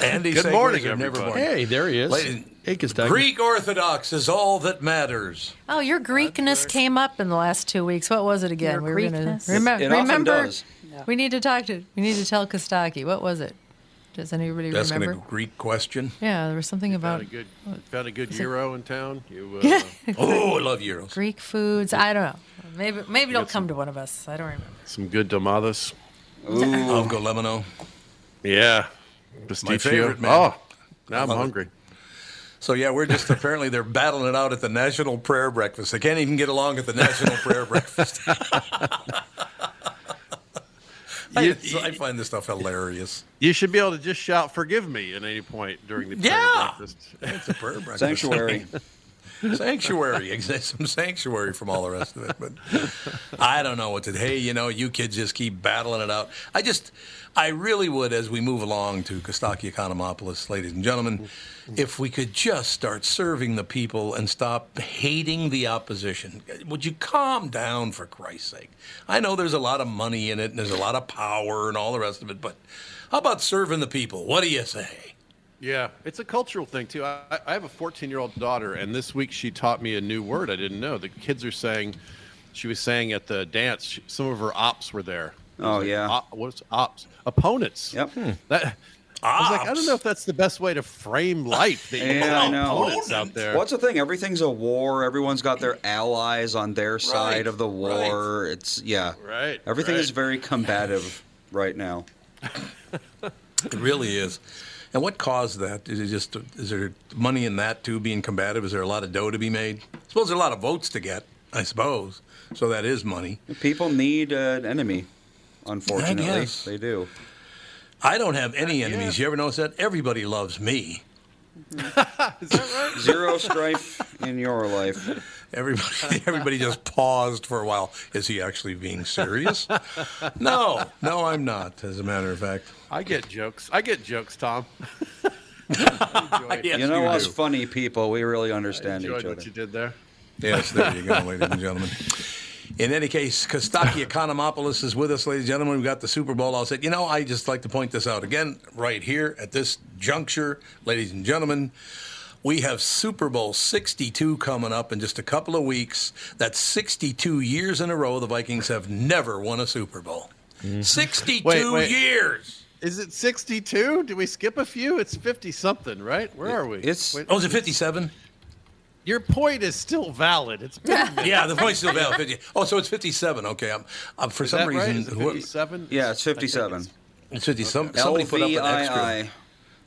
A: Andy
J: Good
A: segues
J: morning,
A: are never
J: everybody.
A: boring.
D: Hey, there he is.
A: Ladies-
D: Hey, Gestapo.
A: Greek Orthodox is all that matters.
B: Oh, your Greekness came up in the last two weeks. What was it again?
F: Your
B: we were gonna
F: Greekness?
B: remember.
C: It often
B: remember
C: does.
B: We need to talk to. We need to tell Kostaki. What was it? Does anybody
A: That's
B: remember?
A: a Greek question.
B: Yeah, there was something about
J: Found a good, found a good
B: Is it-
J: euro in town. You.
B: Yeah.
J: Uh,
A: Oh, I love euros.
B: Greek foods. I don't know. Maybe maybe it'll come to one of us. I don't remember.
J: Some good domadas.
B: Ooh.
A: Of Golemino.
J: Yeah.
A: My
J: Pasticcio.
A: favorite, man.
J: Oh, now
A: I
J: I'm
A: love it.
J: hungry.
A: So yeah, we're just apparently they're battling it out at the national prayer breakfast. They can't even get along at the national prayer breakfast. I, I find this stuff hilarious.
J: You should be able to just shout "Forgive me" at any point during the prayer
A: Yeah.
J: breakfast.
A: It's a prayer breakfast.
C: Sanctuary.
A: sanctuary. Exactly. Some sanctuary from all the rest of it. But I don't know what to Hey, you know, you kids just keep battling it out. I just, I really would, as we move along to Kostaki Economopoulos, ladies and gentlemen, if we could just start serving the people and stop hating the opposition. Would you calm down, for Christ's sake? I know there's a lot of money in it and there's a lot of power and all the rest of it, but how about serving the people? What do you say?
J: Yeah, it's a cultural thing too. I, I- I have a 14 year old daughter, and this week she taught me a new word I didn't know. The kids are saying, she was saying at the dance, she- some of her ops were there. I was
C: Oh,
J: like,
C: yeah.
J: "Op- what's ops? Opponents. Yep.
A: Hmm.
J: That. I was like, I don't know if that's the best way to frame life. That you
C: Yeah, I
J: have
C: know.
J: opponents out there.
C: What's the thing? Everything's a war. Everyone's got their allies on their side of the war. It's yeah.
J: Right,
C: Everything is
J: right.
C: very combative right now.
A: It really is. And what caused that? Is it just is there money in that too being combative? Is there a lot of dough to be made? I suppose there are a lot of votes to get. I suppose so. That is money.
C: People need an enemy. Unfortunately,
A: guess.
C: they do.
A: I don't have any enemies. You ever notice that? Everybody loves me.
C: Zero strife in your life.
A: Everybody, everybody just paused for a while. Is he actually being serious? no, no, I'm not. As a matter of fact,
J: I get jokes. I get jokes, Tom.
C: you know us funny people, we really understand each
J: Enjoyed
C: other.
J: what you did there.
A: Yes, there you go, ladies and gentlemen. In any case, Kostaki Economopoulos is with us, ladies and gentlemen. We've got the Super Bowl all set. You know, I just like to point this out again, right here at this juncture, ladies and gentlemen. We have Super Bowl 62 coming up in just a couple of weeks. That's 62 years in a row the Vikings have never won a Super Bowl.
C: Mm-hmm.
A: 62
J: Wait, wait.
A: years.
J: Is it 62? Did we skip a few? It's 50 something, right? Where are we?
A: It's-
J: Wait.
A: Oh, is it 57?
J: Your point is still valid. It's been a minute.
A: Yeah, Uh, the point's still valid. 50. Oh, so it's 57. Okay, I'm, I'm for
J: Is
A: some
J: that right?
A: reason.
J: Is it
A: whoever-
J: 57?
C: Yeah, it's 57.
A: It's 50. Some, somebody put up an
C: LVII.
A: extra.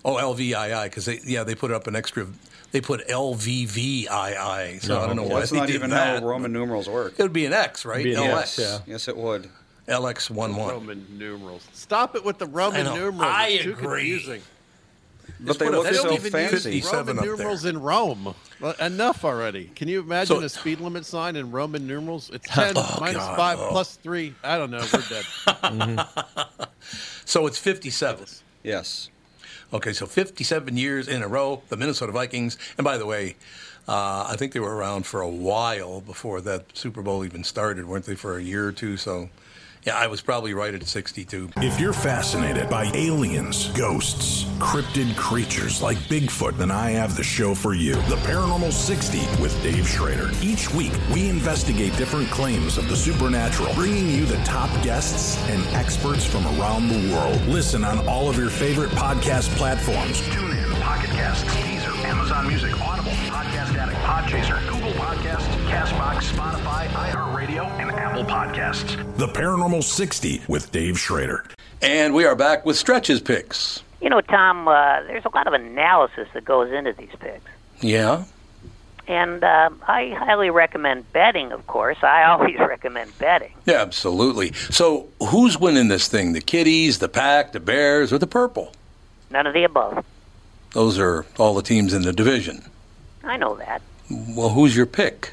A: Oh, LVII, because they yeah they put up an extra. They put LVVII, so I don't know why
C: That's
A: they
C: not
A: did
C: even
A: that.
C: how Roman numerals work.
A: It would be an X, right?
C: Be an
A: LX.
C: X, yeah. Yes, it would.
A: LX one one.
J: Roman numerals. Stop it with the Roman
A: I know.
J: numerals.
A: I
J: it's too
A: agree.
J: confusing.
C: But they
A: put a
C: look
J: They
C: so
J: don't even
C: fancy.
J: use Roman
A: 57 up there.
J: numerals in Rome. Well, Enough already. Can you imagine a speed limit sign in Roman numerals? It's 10
A: Oh,
J: minus
A: God.
J: 5
A: Oh.
J: plus 3. I don't know. We're dead.
A: So it's fifty seven.
C: Yes.
A: Okay, so fifty seven years in a row, the Minnesota Vikings. And by the way, uh, I think they were around for a while before that Super Bowl even started, weren't they? For a year or two. So, yeah, I was probably right at sixty two.
G: If you're fascinated by aliens, ghosts, cryptid creatures like Bigfoot, then I have the show for you The Paranormal 60 with Dave Schrader. Each week, we investigate different claims of the supernatural, bringing you the top guests and experts from around the world. Listen on all of your favorite podcast platforms.
H: Tune in, Pocket Cast, Deezer, Amazon Music, Audible, Podcast Addict, Podchaser, Google Podcast, Castbox, Spotify, iHeartRadio, and Apple Podcasts.
G: The Paranormal 60 with Dave Schrader.
A: And we are back with stretches picks.
K: You know, Tom, uh, there's a lot of analysis that goes into these picks.
A: Yeah.
K: And uh, I highly recommend betting, of course. I always recommend betting.
A: Yeah, absolutely. So, who's winning this thing? The Kitties, the Pack, the Bears, or the Purple?
K: None of the above.
A: Those are all the teams in the division.
K: I know that.
A: Well, who's your pick?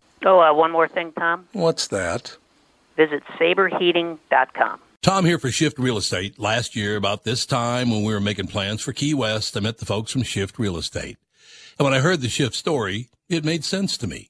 K: Oh, uh, one more thing, Tom.
A: What's that?
K: Visit saberheating.com.
L: Tom here for Shift Real Estate. Last year, about this time when we were making plans for Key West, I met the folks from Shift Real Estate. And when I heard the Shift story, it made sense to me.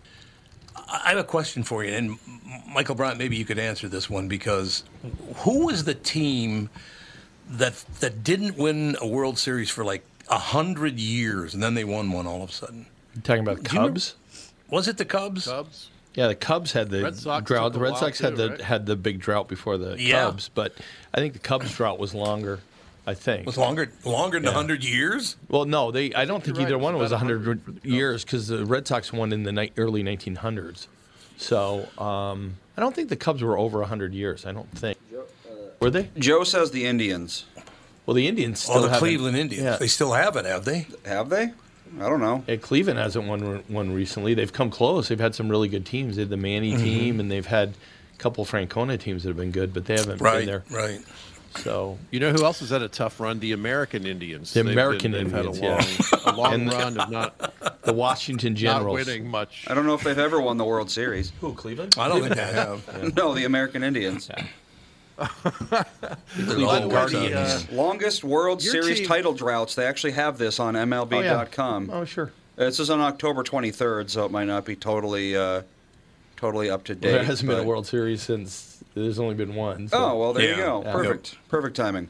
A: I have a question for you, and Michael Bryant, maybe you could answer this one because who was the team that that didn't win a World Series for like a hundred years, and then they won one all of a sudden?
D: You talking about the
A: Do you remember-
D: Cubs?
A: was it the Cubs? Cubs.
D: Yeah, the Cubs had the
A: Red Sox
D: drought.
A: took
D: The
A: a
D: Red
A: while
D: Sox had
A: too,
D: the
A: right?
D: had the big drought before the
A: Yeah.
D: Cubs, but I think the Cubs drought was longer. I think
A: Was longer longer than
D: Yeah.
A: a hundred years?
D: Well, no, they. I don't think
A: You're right,
D: either one
A: it
D: was
A: was about
D: 100 years because the Red Sox won in the ni- early 1900s. So um, I don't think the Cubs were over 100 years. I don't think. Were they?
C: uh, Joe says the Indians.
D: Well, the Indians still
C: Oh, the
D: haven't-
C: Cleveland Indians. They
A: still have it, have they?
C: Have they? I don't know.
D: Yeah, Cleveland hasn't won one recently. They've come close. They've had some really good teams. They had the Manny
C: Mhm.
D: team, and they've had a couple Francona teams that have been good, but they haven't been
J: Right,
D: there.
A: Right.
D: So
J: You know who else has had a tough run? The American Indians.
D: The
J: They've
D: American
J: been, they've
D: Indians,
J: Had a long,
D: yeah. And
J: a long run of not.
D: The Washington
J: Generals. winning much.
C: I don't know if they've ever won the World Series.
D: Who, Cleveland?
J: I don't think they have.
C: no, the American Indians.
J: Cleveland Guardians.
C: Uh, longest World
J: Your
C: Series
J: team-
C: title droughts. They actually have this on MLB.com.
D: Oh, sure.
C: This is on October 23rd, so it might not be totally, uh, totally up to date.
D: There hasn't been a
C: but-
D: World Series since there's only been one. so-
C: Oh well, there you go.
D: Yeah.
C: Perfect. Perfect timing.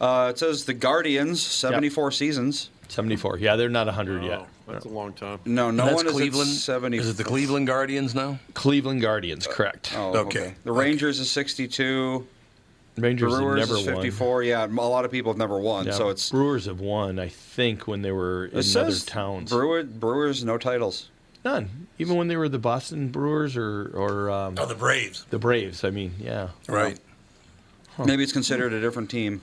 C: Uh, it says the Guardians, 74 seasons.
D: 74. Yeah, they're not 100 yet.
J: That's a long time.
C: No, no
A: That's
C: one is at
A: Cleveland?
C: 70.
A: Is it the Cleveland Guardians now?
D: Cleveland Guardians, correct.
C: Oh, okay. The Rangers is 62.
D: Rangers have
C: Brewers
D: never
C: is
D: won.
C: 54. Yeah, a lot of people have never won.
D: Yeah,
C: So it's
D: Brewers have won, I think, when they were in
C: it
D: other
C: says
D: towns.
C: Brewer, Brewers no titles.
D: None. Even when they were the Boston Brewers or or um,
C: Oh, the Braves.
D: The Braves. I mean, yeah.
C: Right. Maybe it's considered a different team.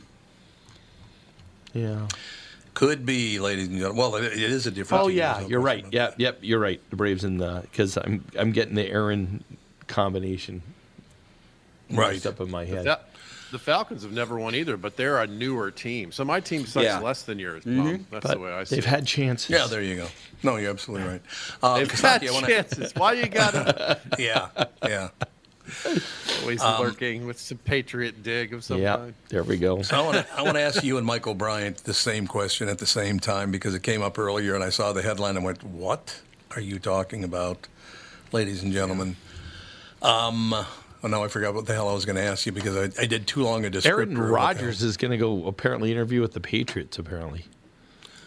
D: Yeah.
A: Could be, ladies and gentlemen. Well, it, it is a different.
D: oh
A: team,
D: yeah,
A: so-
D: you're right. Yep, yep, you're right. The Braves and the because I'm I'm getting the Aaron combination mixed
J: Right.
D: up in my
J: The,
D: head.
J: Fal- the Falcons have never won either, but they're a newer team. So my team sucks
D: Yeah.
J: less than yours,
D: Mhm.
J: Mom. That's
D: But
J: the way I see
D: they've
J: it.
D: had chances.
A: Yeah, there you go. No, you're absolutely right. Um,
J: They've
A: Kostaki,
J: had
A: I wanna-
J: chances. Why you gotta-
A: yeah, yeah.
J: Always
A: Um,
J: lurking with some patriot dig of some uh,
D: Yeah,
J: kind.
D: there we go.
A: So I want to I want to ask you and Michael Bryant the same question at the same time because it came up earlier and I saw the headline and went, "What are you talking about, ladies and gentlemen?" Um, well, now I forgot what the hell I was going to ask you because I, I did too long a descriptor.
D: Aaron
A: What the
D: Rodgers is going to go apparently interview with the Patriots. Apparently,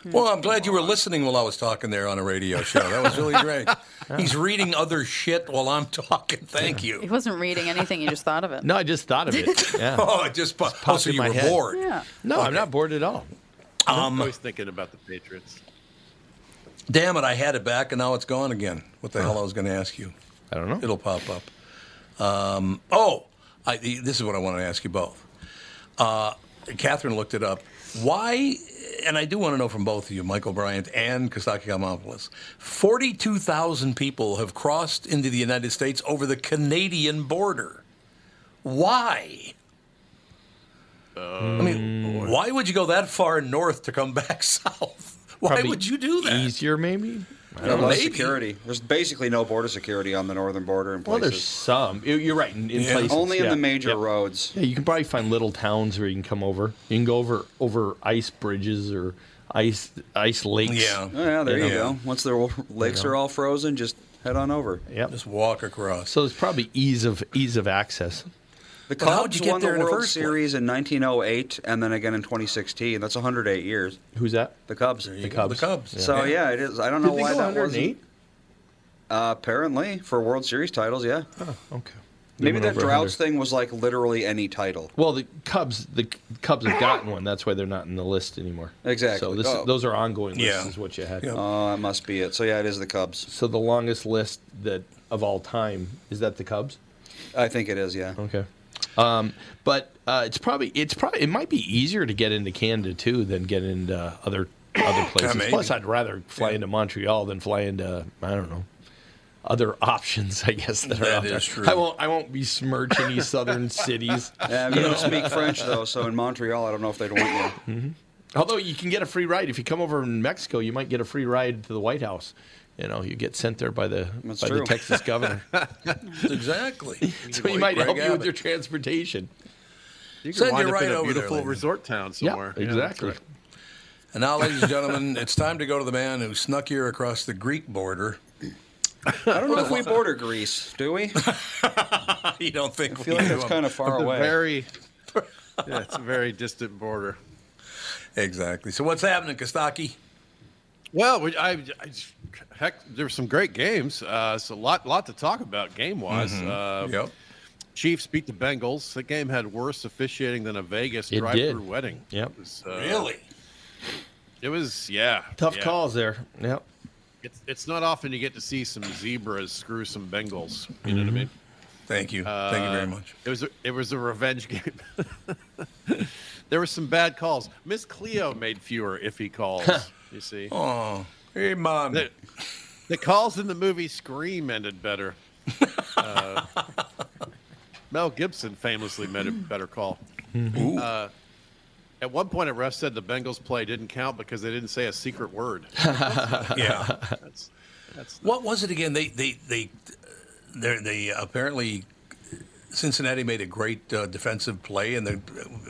A: hell? Well, I'm glad you were listening while I was talking there on a radio show. That was really great. He's reading other shit while I'm talking. Thank you.
F: He wasn't reading anything. He just thought of it.
D: no, I just thought of it. Yeah.
A: oh, it just, po- oh,
D: popped
A: so
D: in
A: you
D: my
A: were
D: head.
A: bored.
F: Yeah.
D: No, I'm not bored at all.
J: I'm
A: Um,
J: always thinking about the Patriots.
A: Damn it, I had it back and now it's gone again. What the hell I was going to ask you?
D: I don't know.
A: It'll pop up. Um, oh, I, this is what I want to ask you both. Uh, Catherine looked it up. Why, and I do want to know from both of you, Michael Bryant and Kostaki Kamopoulos, 42,000 people have crossed into the United States over the Canadian border. Why? I mean,
D: Mm.
A: why would you go that far north to come back south? Why
C: Probably
A: would you do that?
D: Easier, maybe.
C: Yeah, less security. There's basically no border security on the northern border in places.
D: Well, there's some. You- You're right. In, in
C: Yeah.
D: places,
C: Only in
D: yeah.
C: the major
D: Yep.
C: roads.
D: Yeah, you can probably find little towns where you can come over. You can go over over ice bridges or ice ice lakes.
C: Oh, yeah, there you
D: know.
C: go. Once the wa- lakes
D: Yeah.
C: are all frozen, just head on over.
D: Yep.
A: Just walk across.
D: So it's probably ease of ease of access.
C: The
A: But how'd
C: Cubs
A: you get
C: won the
A: there in the
C: World
A: first place?
C: Series in 1908 and then again in 2016. That's 108 years.
D: Who's that?
C: The Cubs.
A: you The go. The Cubs. Cubs.
C: So
A: Yeah.
C: yeah, it is. I don't
D: Did
C: know
D: they
C: why
D: go
C: that wasn't.
D: 108?
C: Uh, apparently, for World Series titles, yeah.
D: Oh, okay. They
C: Maybe
D: went
C: that
D: over
C: droughts thing was like literally any title.
D: Well, the Cubs, the Cubs have gotten one. That's why they're not in the list anymore.
C: Exactly.
D: So this,
C: Oh.
D: those are ongoing lists, is what you had.
C: Oh, that must be it. So yeah, it is the Cubs.
D: So the longest list that of all time is that the Cubs.
C: I think it is. Yeah.
D: Okay. Um, but uh, it's probably it's probably it might be easier to get into Canada too than get into other other places.
L: maybe.
D: Plus, I'd rather fly into Montreal than fly into I don't know other options. I guess that, are
C: That
D: out there.
C: is true.
D: I won't I won't besmirch any southern cities.
C: Yeah, you don't speak French though, so in Montreal, I don't know if they'd want you.
D: hmm Although you can get a free ride if you come over in Mexico, you might get a free ride to the White House. You know, you get sent there by the
C: That's
D: by
C: true.
D: the Texas governor,
A: exactly.
D: so he might help you with your transportation.
J: You can
A: Send
J: wind
A: you
J: up
A: right
J: in a
A: over there,
J: beautiful
A: Lincoln.
J: resort town somewhere.
A: Yeah,
J: that's
A: exactly. And now, ladies and gentlemen, it's time to go to the man who snuck here across the Greek border.
C: I don't know if we border Greece, do we?
A: you don't think
C: I feel like that's kind of far
J: The
C: away.
J: Very, yeah, it's a very distant border.
A: Exactly. So what's happening, Kostaki?
J: Well, we, I, I- heck, there were some great games. Uh, so a lot, lot to talk about game wise.
A: Mhm.
J: Uh, Chiefs beat the Bengals. The game had worse officiating than a Vegas
D: It
J: drive-through
D: did.
J: wedding.
D: Yep.
J: It was, uh,
A: Really?
J: It was yeah.
D: Tough
J: yeah.
D: calls there. Yep.
J: It's it's not often you get to see some zebras screw some Bengals. You know what I mean?
A: Mm-hmm. Thank you. Thank you very
J: Uh,
A: much.
J: It was a, it was a revenge game. there were some bad calls. Miss Cleo made fewer iffy calls. you see.
A: Oh, hey, mom.
J: The, the calls in the movie Scream ended better. Uh, Mel Gibson famously made a better call.
A: Mhm.
J: Uh, at one point, a ref said the Bengals play didn't count because they didn't say a secret word.
A: yeah.
J: That's, that's
A: What was it again? They they they they, they apparently Cincinnati made a great uh, defensive play, and the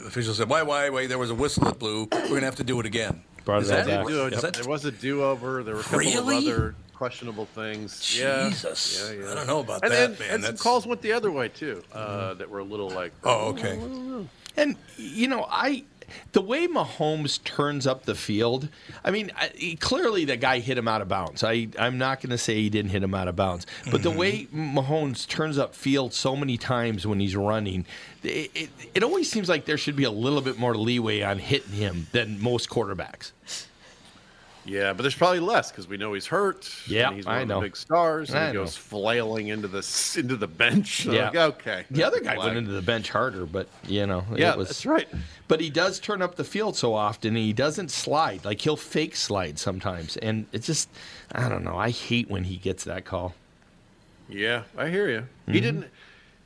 A: official said, "Why, why, wait? There was a whistle that blew. We're gonna have to do it again."
D: Brought
A: Is
D: it all
A: that-
D: back.
J: Dude,
A: is that-
J: there was a do-over. There were a couple
A: Really?
J: of other questionable things.
A: Jesus.
J: Yeah, yeah, yeah.
A: I don't know about
J: and,
A: that,
J: and,
A: man.
J: And some
A: That's-
J: calls went the other way too, uh, that were a little like.
A: Oh, okay.
D: And you know, I the way Mahomes turns up the field. I mean, I, he- clearly the guy hit him out of bounds. I I'm not going to say he didn't hit him out of bounds, but the
A: Mm-hmm.
D: way Mahomes turns up field so many times when he's running, it, it it always seems like there should be a little bit more leeway on hitting him than most quarterbacks.
J: Yeah, but there's probably less because we know he's hurt.
D: Yeah,
J: and he's one
D: I
J: of the
D: know.
J: big stars. And
D: I
J: he
D: know.
J: goes flailing into the s- into the bench. So, like, okay.
D: The other guy
J: Like,
D: went into the bench harder, but you know,
J: Yeah,
D: it was,
J: that's right.
D: But he does turn up the field so often, and he doesn't slide. Like he'll fake slide sometimes, and it's just, I don't know. I hate when he gets that call.
J: Yeah, I hear you.
D: Mm-hmm.
J: He didn't.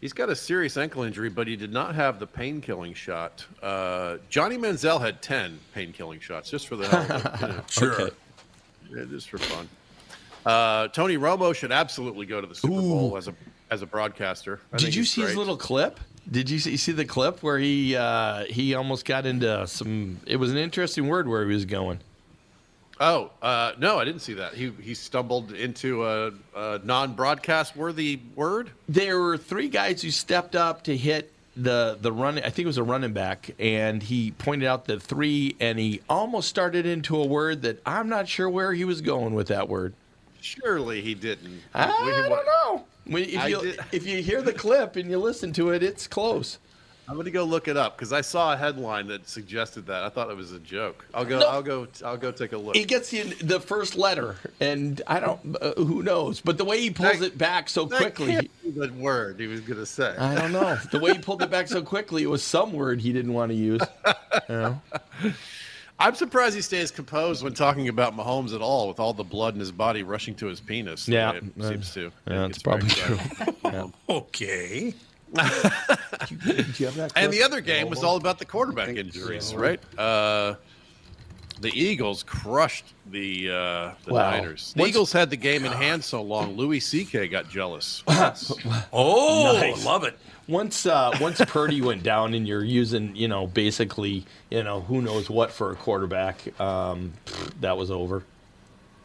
J: He's got a serious ankle injury, but he did not have the pain killing shot. Uh, Johnny Manziel had ten pain killing shots just for the hell of it. you know.
A: Sure. Okay.
J: Yeah, just for fun. Uh, Tony Romo should absolutely go to the Super Bowl as a as a broadcaster. I
D: Did
J: think
D: you
J: he's
D: see his
J: great.
D: little clip? Did you see, see the clip where he uh, he almost got into some? It was an interesting word where he was going.
J: Oh uh, no, I didn't see that. He he stumbled into a, a non-broadcast worthy word.
D: there were three guys who stepped up to hit the the run. I think it was a running back, and he pointed out the three, and he almost started into a word that I'm not sure where he was going with that word.
J: Surely he didn't.
D: I
J: We- we-
D: don't know. When- If
J: I
D: you
J: did-
D: if you hear the clip and you listen to it, it's close.
J: I'm gonna go look it up because I saw a headline that suggested that. I thought it was a joke. I'll go.
D: No.
J: I'll go. I'll go take a look.
D: He gets the, the first letter, and I don't uh, who knows, but the way he pulls it back so
J: That
D: quickly.
J: can't be the word he was gonna say.
D: I don't know. The way he pulled it back so quickly, it was some word he didn't want to use. You know?
J: I'm surprised he stays composed when talking about Mahomes at all, with all the blood in his body rushing to his penis. the
D: Yeah.
J: way it seems to.
D: Yeah,
J: It's
D: it's probably
J: very
D: true.
A: Okay.
J: And the other game was all about the quarterback injuries, right? Uh, the Eagles crushed the uh, the
D: Wow.
J: Niners. The
D: What's-
J: Eagles had the game in hand so long, Louis C.K. got jealous.
A: Oh,
D: Nice.
A: love it.
D: Once uh, once Purdy went down, and you're using you know basically you know who knows what for a quarterback, um, pfft, that was over.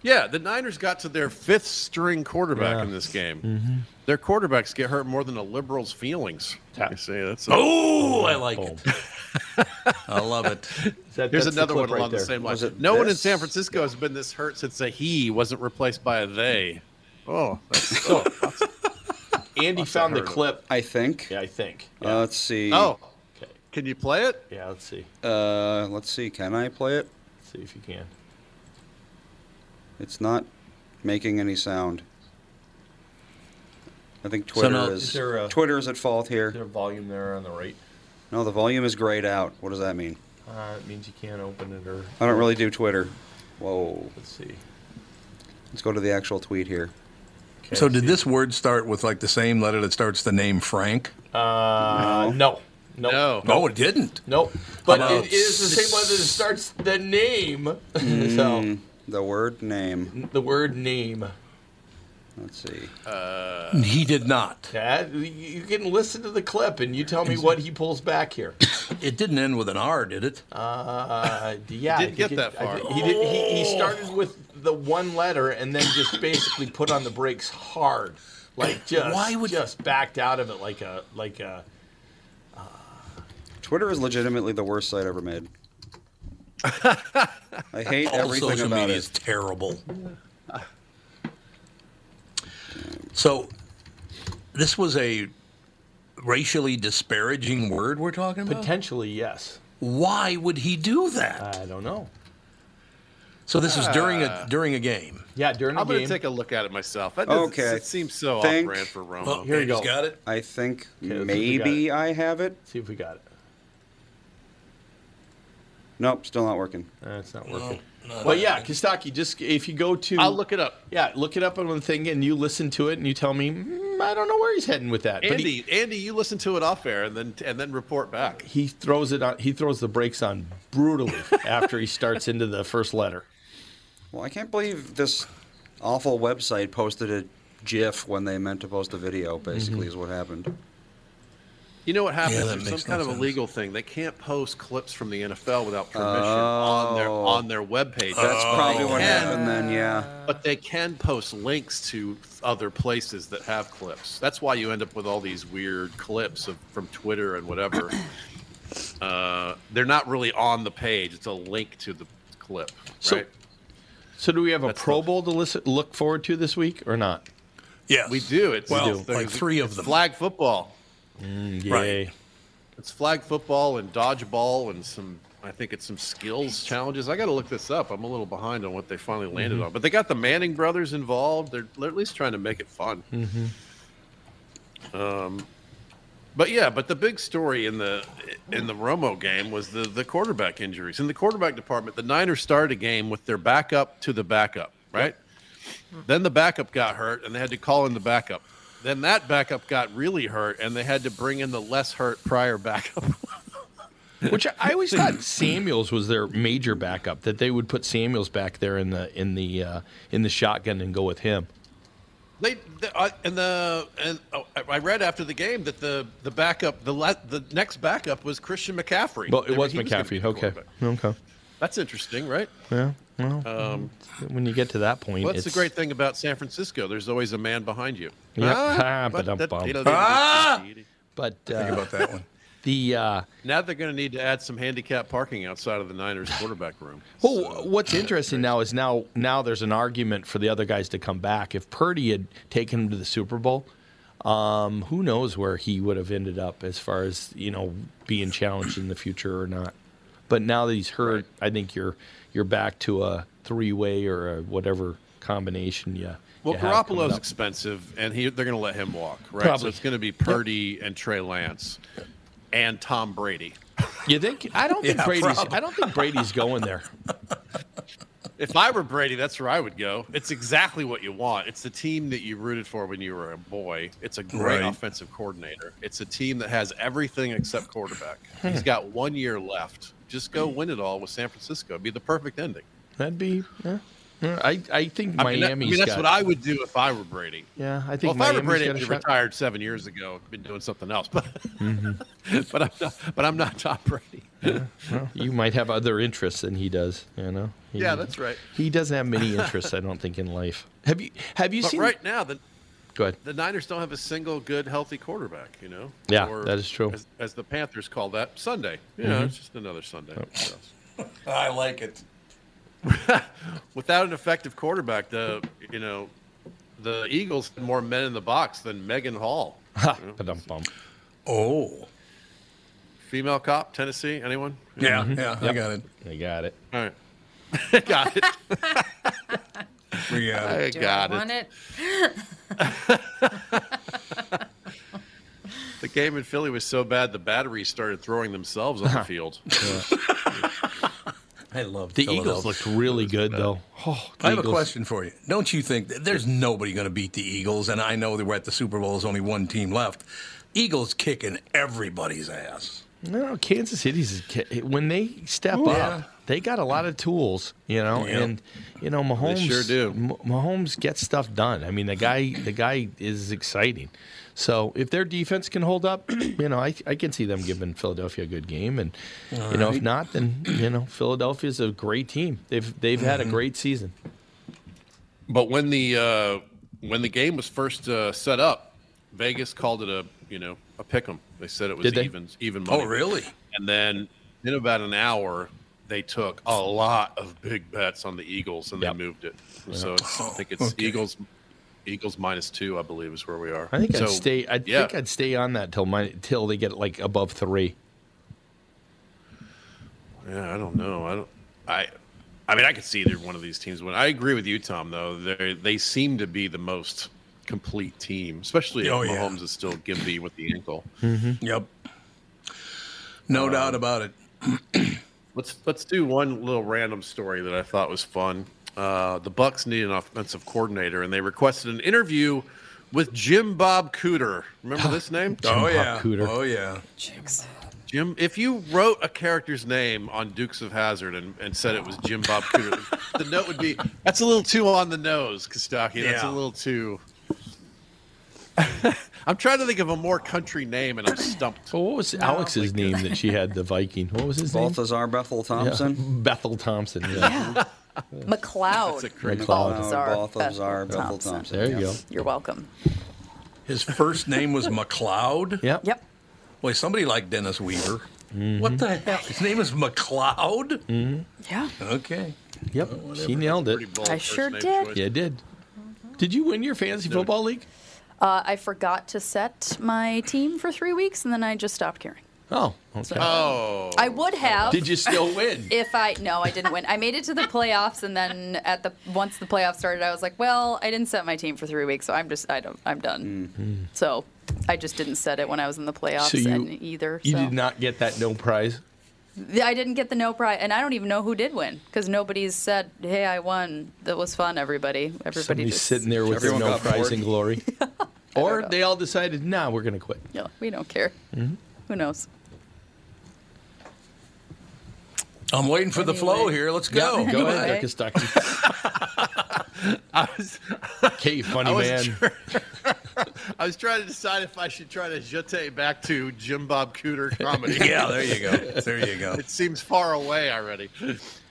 J: Yeah, the Niners got to their fifth string quarterback
D: Yeah.
J: in this game.
D: Mm-hmm.
J: Their quarterbacks get hurt more than a liberal's feelings.
D: Yeah.
J: You see, that's
A: Oh, I like it. I love it.
D: That-
J: Here's
D: that's the
J: another
D: clip
J: one
D: right
J: along the
D: there.
J: same
C: Was
J: lines.
C: it
J: No one in
C: this?
J: San Francisco has been this hurt since a he wasn't replaced by a they. Oh,
D: Andy found the
J: heard of it.
D: clip.
C: I think.
D: Yeah, I think.
C: Uh, let's see.
J: Oh, can you play it?
D: Yeah, let's see.
C: Uh, let's see. Can I play it?
D: see if you can.
C: It's not making any sound. I think
D: So
C: Twitter
D: now-
C: is,
D: is there a-
C: Twitter is at fault here.
D: Is there a volume there on the right?
C: No, the volume is grayed out. What does that mean?
D: Uh, it means you can't open it or.
C: I don't really do Twitter. Whoa.
D: Let's see.
C: Let's go to the actual tweet here.
A: so did this word start with like the same letter that starts the name Frank?
D: Uh, no. No. No.
A: No, it didn't.
D: Nope. But
A: How about
D: it is the same one that starts the name. so
C: Mm, the word name.
D: the word name.
C: Let's see.
D: Uh,
A: he did not.
D: That- you can listen to the clip and you tell me what he pulls back here.
A: It didn't end with an R, did it?
D: Uh, yeah, I
A: He didn't
D: think
A: get
D: it-
A: that
D: I
A: far.
D: thi- he, did, he, he started with the one letter and then just basically put on the brakes hard, like just
C: Why would-
D: just backed out of it like a like a.
C: Twitter is legitimately the worst site ever made. I hate
A: All
C: everything
A: social
C: about
A: media
C: it.
A: is terrible. So, this was a racially disparaging word we're talking about.
D: Potentially, yes.
A: Why would he do that?
D: I don't know.
A: So this is during a
J: Ah.
A: during a game.
D: Yeah, during
J: I'm
D: the
J: gonna
D: game.
J: take a look at it myself. That doesn't,
C: Okay.
J: It seems so
C: Think-
J: off brand for Romo.
C: Oh, here you
A: Andy's
C: go.
A: Got it.
C: I think
D: Okay, let's see if we got
C: maybe I have it.
D: See if we got it.
C: Nope, still not working.
D: That's not working.
A: Uh,
D: Well, yeah, Kostaki, just if you go to.
J: I'll look it up.
D: Yeah, look it up on the thing and you listen to it and you tell me, mm, I don't know where he's heading with that. But he,
J: Andy, Andy, you listen to it off air and then and then report back.
D: he throws it on, he throws the brakes on brutally after he starts into the first letter.
C: Well, I can't believe this awful website posted a GIF when they meant to post a video.
J: Mm-hmm.
C: Basically, is what happened.
J: You know what happens?
C: Yeah, that
J: There's some
C: makes no
J: kind of
C: sense.
J: a legal thing. They can't post clips from the NFL without permission on their
C: Oh.
J: on their webpage.
C: That's
J: But
C: probably
J: they
C: what happened then, yeah.
J: But they can post links to other places that have clips. That's why you end up with all these weird clips of, from Twitter and whatever. uh, they're not really on the page. It's a link to the clip,
D: So-
J: right?
D: So, do we have a Pro Bowl to listen, look forward to this week or not?
A: Yes.
J: We do. It's
D: Well,
J: it's-
D: like
J: it's-
D: three of
J: it's
D: them.
J: Flag football. Mm,
D: Right.
J: It's flag football and dodgeball and some. I think it's some skills challenges. I got to look this up. I'm a little behind on what they finally landed
D: Mhm.
J: on, but they got the Manning brothers involved. They're, they're at least trying to make it fun.
D: Mm-hmm.
J: Um, but yeah, but the big story in the in the Romo game was the the quarterback injuries. In the quarterback department, the Niners started a game with their backup to the backup, right? Then the backup got hurt, and they had to call in the backup. Then that backup got really hurt, and they had to bring in the less hurt prior backup.
D: Which I- I always thought Samuels was their major backup. That they would put Samuels back there in the in the uh, in the shotgun and go with him.
J: They, the, uh, and the and oh, I- I read after the game that the the backup the la- the next backup was Christian McCaffrey.
D: But
J: I
D: it
J: mean,
D: was
J: he gonna be
D: McCaffrey.
J: the
D: okay.
J: quarterback.
D: Okay.
J: that's interesting, right?
D: Yeah. Well,
J: Um,
D: when you get to that point,
J: Well, that's the
D: it's-
J: great thing about San Francisco. There's always a man behind you.
D: Yep.
J: Ah,
D: Ah,
J: but that-
D: ba-dum-bum.
J: it'll-
D: Ah! But uh,
J: Think about that one.
D: The uh,
J: Now they're going to need to add some handicap parking outside of the Niners quarterback room.
D: Well, what's interesting now is now now there's an argument for the other guys to come back. If Purdy had taken him to the Super Bowl, um, who knows where he would have ended up as far as you know being challenged in the future or not. But now that he's hurt, I think you're you're back to a three way or a whatever combination. Yeah.
J: Well, Garoppolo's expensive, and he, they're going to let him walk, right? So
D: Probably.
J: it's going to be Purdy and Trey Lance and Tom Brady.
D: You think? I don't think
J: Yeah,
D: Brady's.
J: probably.
D: I don't think Brady's going there.
J: If I were Brady, that's where I would go. It's exactly what you want. It's the team that you rooted for when you were a boy. It's a great
D: Right.
J: offensive coordinator. It's a team that has everything except quarterback. He's
D: Hmm.
J: got one year left. Just go win it all with San Francisco. It'd be the perfect ending.
D: That'd be. Yeah. Yeah, I I think
J: I
D: Miami's
J: mean, that- I mean, that's
D: got-
J: what I would do if I were Brady.
D: Yeah, I think
J: well, if I were
D: Miami's
J: Brady,
D: got
J: I'd
D: a
J: be
D: shot.
J: retired seven years ago. I've been doing something else, but but I'm not, but I'm not Tom Brady.
D: Mm-hmm. Well, you might have other interests than he does. You know. He-
J: Yeah, that's right.
D: He doesn't have many interests, I don't think, in life. Have you? Have you
J: but
D: seen?
J: right now the
D: Go ahead.
J: the Niners don't have a single good healthy quarterback, you know.
D: Yeah, that is true.
J: As, as the Panthers call that Sunday. Yeah,
D: Mhm.
J: it's just another Sunday. So.
A: I like it.
J: Without an effective quarterback, the you know, the Eagles had more men in the box than Megan Hall.
A: Oh.
J: Female cop, Tennessee, anyone?
A: Yeah, Mhm. yeah, I got it.
D: Mm-hmm. I got it.
J: All right. got it.
A: we uh,
J: got it. I
B: Do
J: got
B: I want it?
J: The game in Philly was so bad the batteries started throwing themselves on the field.
A: I love
D: The Eagles looked really good, though. Oh, the
A: I have a
D: Eagles-
A: question for you. Don't you think that there's nobody going to beat the Eagles? And I know that we're at the Super Bowl. There's only one team left. Eagles kicking everybody's ass.
D: No, Kansas City's when they step
A: Ooh.
D: up,
A: Yeah.
D: they got a lot of tools, you know,
A: Yep.
D: and you know Mahomes
J: sure
D: do. Mahomes gets stuff done. I mean, the guy, the guy is exciting. So if their defense can hold up, you know, I, I can see them giving Philadelphia a good game, and you know, if
A: Alright.
D: not, then you know, Philadelphia's a great team. They've they've had a
A: Mm-hmm.
J: Mhm.
D: great season.
J: But when the uh, when the game was first uh, set up, Vegas called it a you know a pick 'em. They said it was
D: Did they?
J: even even
D: Oh,
J: money.
D: really?
J: And then in about an hour, they took a lot of big bets on the Eagles and they moved it.
D: Yeah.
J: So it's, I think it's Eagles Eagles minus two, I believe, is where we are.
D: I think
J: so,
D: I'd stay. I think I'd stay on that till my till they get like above three.
J: Yeah, I don't know. I don't. I. I mean, I could see either one of these teams win. I agree with you, Tom. Though they they seem to be the most complete team, especially if
A: Oh, yeah. Mm-hmm.
J: Mahomes is still gimpy with the ankle. Um,
A: Yep. No doubt about it.
J: Let's let's do one little random story that I thought was fun. Uh, the Bucks need an offensive coordinator, and they requested an interview with Jim Bob Cooter. Remember this name?
A: Jim Oh, Bob yeah. Cooter. Oh yeah.
J: Jim, if you wrote a character's name on Dukes of Hazard and, and said it was Jim Bob Cooter, the note would be that's a little too on the nose, Kostaki. That's
A: Yeah.
J: a little too. I'm trying to think of a more country name, and I'm stumped.
D: Well, what was Alex's name that she had, the Viking? What was his name?
C: Balthazar Bethel Thompson.
D: Yeah. Bethel Thompson. Yeah.
F: McLeod.
D: a great McLeod.
C: Oh, Balthazar Bethel Thompson.
D: There you go.
F: You're welcome.
A: His first name was McLeod.
D: Yep.
F: Yep.
A: Boy, somebody like Dennis Weaver. What the hell? His name is McLeod.
D: hmm
F: Mm-hmm. Yeah.
A: Okay.
D: Yep. she nailed it.
F: bold I first sure name did. choice.
D: Yeah, did. Did you win your fantasy football league?
F: Uh, I forgot to set my team for three weeks, and then I just stopped caring.
D: Oh. Okay.
J: Oh.
F: I would have.
D: Did you still win?
F: If I no, I didn't win. I made it to the playoffs, and then at the once the playoffs started, I was like, well, I didn't set my team for three weeks, so I'm just I don't I'm done.
C: Mm.
F: So I just didn't set it when I was in the playoffs
D: So you-
F: and either.
D: You
F: so.
D: did not get that no prize.
F: I didn't get the no prize, and I don't even know who did win because nobody's said, "Hey, I won. That was fun, everybody." Everybody
D: Somebody's
F: just
D: sitting there with their
C: Everyone
D: no
C: got
D: prize
C: bored.
D: and glory. or they all decided, nah, we're going to quit.
F: Yeah, we don't care.
D: Mhm.
F: Who knows?
A: I'm waiting for the flow here. Let's go.
D: Yeah, go ahead, Dr. Stocky.
J: I was,
D: Okay, funny
J: I was
D: man.
J: I was trying to decide if I should try to jete back to Jim Bob Cooter comedy.
A: Yeah, there you go. There you go.
J: It seems far away already.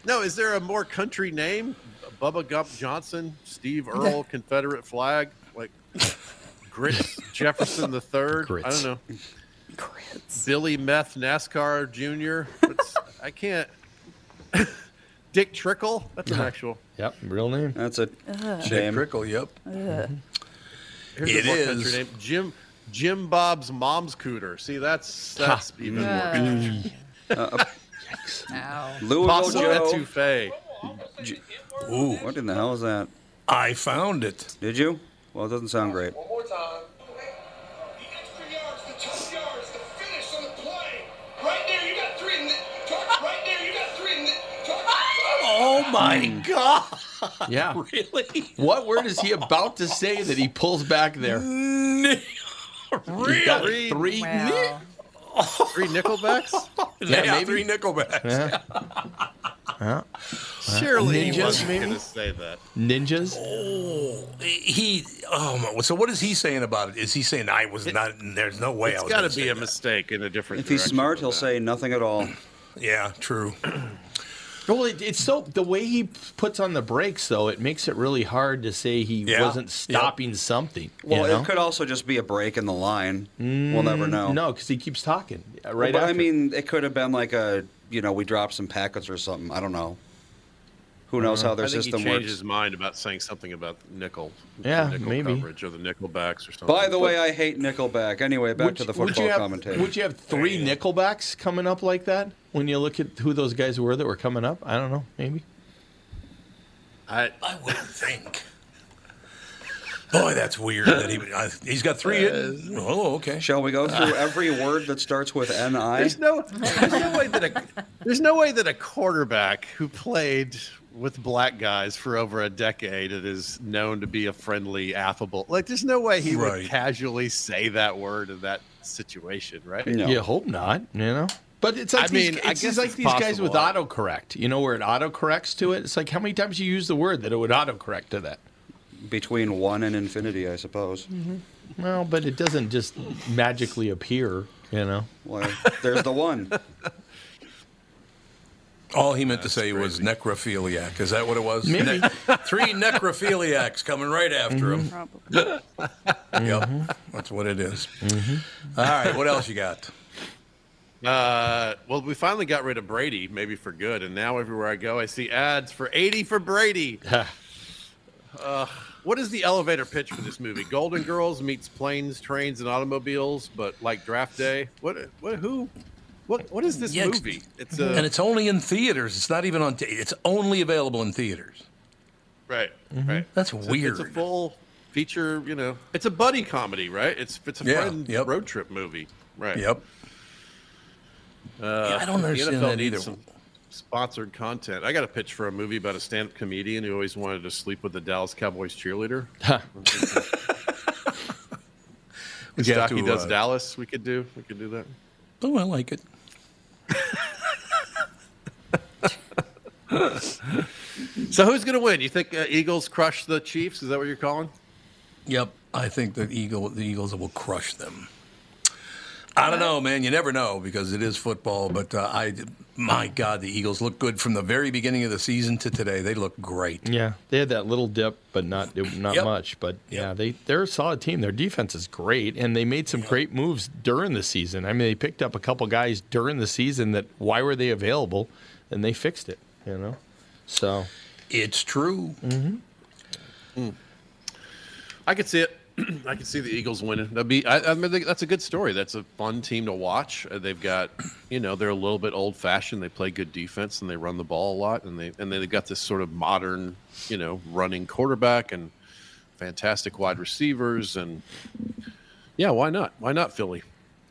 J: No, is there a more country name? Bubba Gump Johnson, Steve Earle, Confederate flag, like Grits Jefferson the Third. I
D: Grits.
J: don't know. Billy Meth NASCAR Jr. It's- I can't. Dick Trickle. That's an actual.
D: Yep, real name.
C: That's a
F: Uh-huh.
J: Ugh.
C: shame.
J: Dick
A: Trickle, yep.
J: Here's
A: It
J: a more
A: is.
J: country name. Jim Jim Bob's mom's cooter. See, that's
C: Ha.
J: that's even more.
C: Mm.
J: country.
D: Mm.
C: Uh, Louisville
J: Possible
C: Joe.
J: etouffee.
C: J- What in the hell is that?
A: I found it.
C: Did you? Well, it doesn't sound great.
A: Oh my
D: Hmm.
A: God.
D: Yeah.
A: Really?
D: What word is he about to say that he pulls back there?
A: really?
D: You got three.
J: Three Nickelbacks?
D: Yeah,
A: yeah,
D: maybe.
A: three Nickelbacks.
D: Yeah. Yeah.
J: Surely he
D: Ninjas,
J: wasn't
D: maybe?
J: going to say that.
D: Ninjas?
A: Oh, he. Oh my. So what is he saying about it? Is he saying I was not? There's no way. I
J: It's
A: was
J: got
A: gonna
J: to
A: say
J: be a
A: that."
J: mistake in a different.
C: If he's
J: direction
C: smart,
J: than
C: he'll
J: that.
C: say nothing at all.
A: Yeah, true.
D: Well, it, it's so the way he puts on the brakes, though, it makes it really hard to say he wasn't stopping something. you
C: Well,
D: know?
C: it could also just be a break in the line. we'll never
D: Mm,
C: know.
D: No, because he keeps talking uh, right
C: Well, but I
D: after.
C: mean, it could have been like a, you know, we dropped some packets or something. I don't know. Who knows how their
J: Mm-hmm. I think he
C: system
J: changed
C: works?
J: his mind about saying something about nickel.
C: Yeah,
J: nickel
C: maybe.
J: coverage or the Nickelbacks or something.
C: By the
J: But-
C: way, I hate Nickelback. Anyway, back to the
D: would you
C: football
D: have,
C: commentator.
D: Would you have three Nickelbacks coming up like that when you look at who those guys were that were coming up? I don't know, maybe.
J: I,
A: I would think. Boy, that's weird that he I, he's got three. oh, okay.
C: Shall we
J: Ah.
C: go through every word that starts with ni?
J: There's no, there's no way that a, there's no way that a quarterback who played with black guys for over a decade and is known to be a friendly, affable, like there's no way he
D: Right.
J: would casually say that word in that situation, right?
D: You hope not, you know. But it's like
J: I
D: these,
J: mean,
D: it's
J: I
D: just
J: guess
D: like
J: it's
D: these guys with
J: possible.
D: autocorrect. You know where it autocorrects to it. It's like how many times you use the word that it would autocorrect to that.
C: Between one and infinity, I suppose.
D: Mm-hmm. Well, but it doesn't just magically appear. You know.
C: Well, there's the one.
A: All he meant to say was necrophiliac. Is that what it was?
D: Maybe.
A: Ne- three necrophiliacs coming right after him.
F: Probably.
A: Yep, that's what it is.
J: Mm-hmm.
A: All right, what else you got?
J: Uh, well, we finally got rid of Brady, maybe for good, and now everywhere I go, I see ads for eighty for Brady. Uh, what is the elevator pitch for this movie? Golden Girls meets planes, trains, and automobiles, but like Draft Day. What? What? Who? What? What is this
A: Yeah, it's-
J: movie? It's uh, a
A: and it's only in theaters. It's not even on. T- it's only available in theaters.
J: right,
A: Mhm.
J: right.
A: That's
J: It's a-
A: weird.
J: It's a full feature. You know, it's a buddy comedy, right? It's it's a
A: Yeah,
J: friend road trip movie, right?
A: Yep.
J: Uh,
A: I don't
J: the
A: understand
J: NFL
A: that
J: needs
A: either.
J: some Sponsored content. I got a pitch for a movie about a stand-up comedian who always wanted to sleep with the Dallas Cowboys cheerleader.
A: Would you have
J: Stocky
A: to,
J: does
A: uh,
J: Dallas. We could do. We could do that.
A: Oh, I like it.
J: so who's going to win? You think uh, Eagles crush the Chiefs? Is that what you're calling?
A: Yep, I think the eagle the Eagles will crush them. I don't know, man. You never know because it is football. But uh, I, my God, the Eagles look good from the very beginning of the season to today. They look great.
D: Yeah, they had that little dip, but not it- not
A: Yep.
D: much. But yeah, they they're a solid team. Their defense is great, and they made some great moves during the season. I mean, they picked up a couple guys during the season that why were they available, and they fixed it. You know, so
A: it's true.
D: hmm
J: I could see it. I could see the Eagles winning. That'd be. I, I mean, they- that's a good story. That's a fun team to watch. Uh, They've got, you know, they're a little bit old fashioned. They play good defense and they run the ball a lot. And they and they've got this sort of modern, you know, running quarterback and fantastic wide receivers. And yeah, why not? Why not Philly?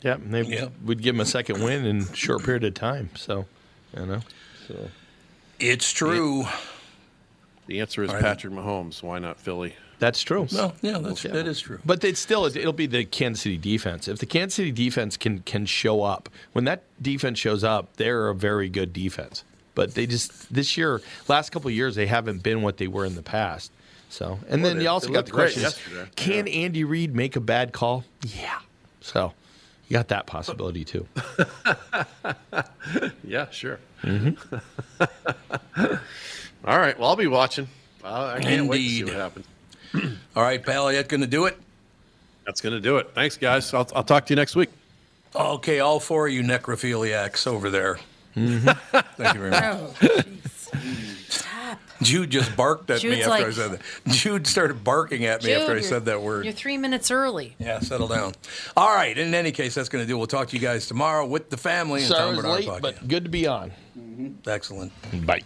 D: Yeah, and they
J: Yeah.
D: would give them a second win in a short period of time. So, you know, so
A: It's true.
J: The answer is
D: All right.
J: Patrick Mahomes. Why not Philly?
D: that's true.
J: Well, yeah,
A: that's- that is true.
D: But it's still it'll be the Kansas City defense. If the Kansas City defense can can show up, when that defense shows up, they're a very good defense. But they just this year, last couple of years, they haven't been what they were in the past. So, and
J: Well,
D: then
J: they-
D: you also
J: they
D: got
J: looked
D: the
J: great
D: question: is,
J: yesterday.
D: Can Andy Reid make a bad call? Yeah. So, you got that possibility too.
J: Yeah, sure.
D: Mhm.
J: All right. Well, I'll be watching. Uh, I I can't wait to see
A: Indeed.
J: what happens.
A: All right, pal, that going to do it?
J: That's going to do it. Thanks, guys. I'll, I'll talk to you next week.
A: Okay, all four of you necrophiliacs over there.
D: Mm-hmm.
A: Thank you very much. Jude just barked at me
B: Oh. Jude's
A: after I
B: like-
A: said that. Jude started barking at me after I said that word.
B: You're three minutes early.
A: Yeah, settle down. All right. In any case, that's going to do. We'll talk to you guys tomorrow with the family. and
D: Sorry I
A: Tom
D: was
A: Bernard
D: late,
A: Podcast.
D: but good to be on.
A: Excellent.
D: Bye.